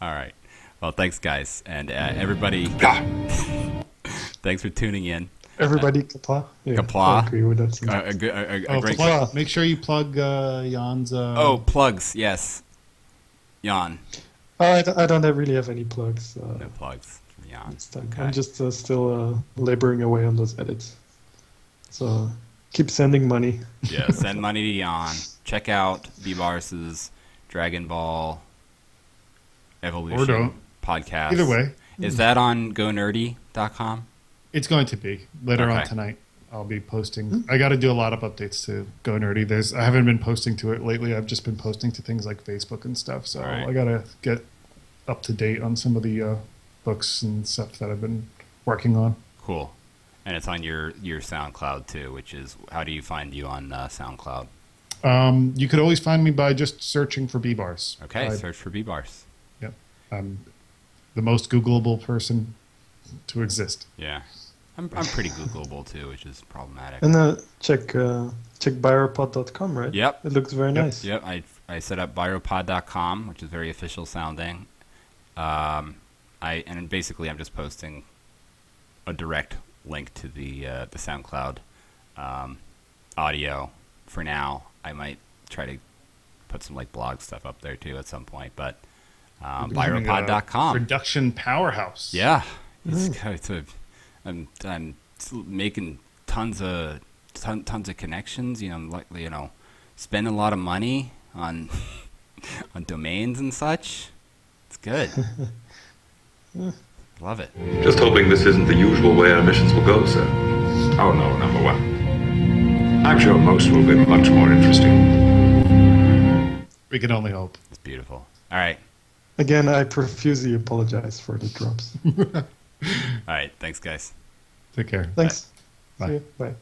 A: All right. Well, thanks guys and uh, everybody. (laughs) thanks for tuning in.
C: Everybody, kapla. Yeah,
A: Uh, Kapla.
C: I agree with that.
A: A, a, good- a, a- a
B: Oh,
A: great.
B: plug, make sure you plug uh, Jan's. Uh,
A: Oh, plugs. Yes. Yawn.
C: Oh, I, don't, I don't have- really have any plugs. Uh,
A: No plugs. Yawn.
C: this time.
A: Okay.
C: I'm just uh, still uh, laboring away on those edits. So keep sending money.
A: Yeah. Send money to Yawn. Check out B Bars's Dragon Ball Evolution
B: don't.
A: podcast.
B: either way,
A: Is that on GoNerdy.com?
B: it's going to be later on
A: Okay.
B: tonight. I'll be posting. I got to do a lot of updates to Go Nerdy. There's I haven't been posting to it lately. I've just been posting to things like Facebook and stuff. So
A: All right.
B: I got to get up to date on some of the uh, books and stuff that I've been working on.
A: Cool. And it's on your your SoundCloud too, which is how do you find you on uh, SoundCloud?
B: Um, you could always find me by just searching for B bars.
A: Okay,
B: I,
A: search for B bars.
B: Yep. I'm the most Googleable person to exist.
A: Yeah, I'm I'm pretty Googleable too, which is problematic.
C: And uh, check uh, check biropod.com, right?
A: Yep.
C: It looks very nice.
A: Yep, I I set up viropod.com, which is very official sounding. Um, I and basically I'm just posting a direct link to the uh, the SoundCloud um, audio for now. I might try to put some like blog stuff up there too at some point, but um, viropod.com.
B: Production powerhouse.
A: Yeah, it's, it's a, I'm I'm s- making tons of ton, tons of connections. You know, I'm like you know, spending a lot of money on (laughs) on domains and such. It's good. Love it.
G: Just hoping this isn't the usual way our missions will go, sir.
F: Oh, no, number one. I'm sure most will be much more interesting.
B: We can only hope.
A: It's beautiful. All right,
C: Again, I profusely apologize for the drops.
A: all right. Thanks, guys.
B: Take care.
C: Thanks.
B: Bye.
C: See you. Bye.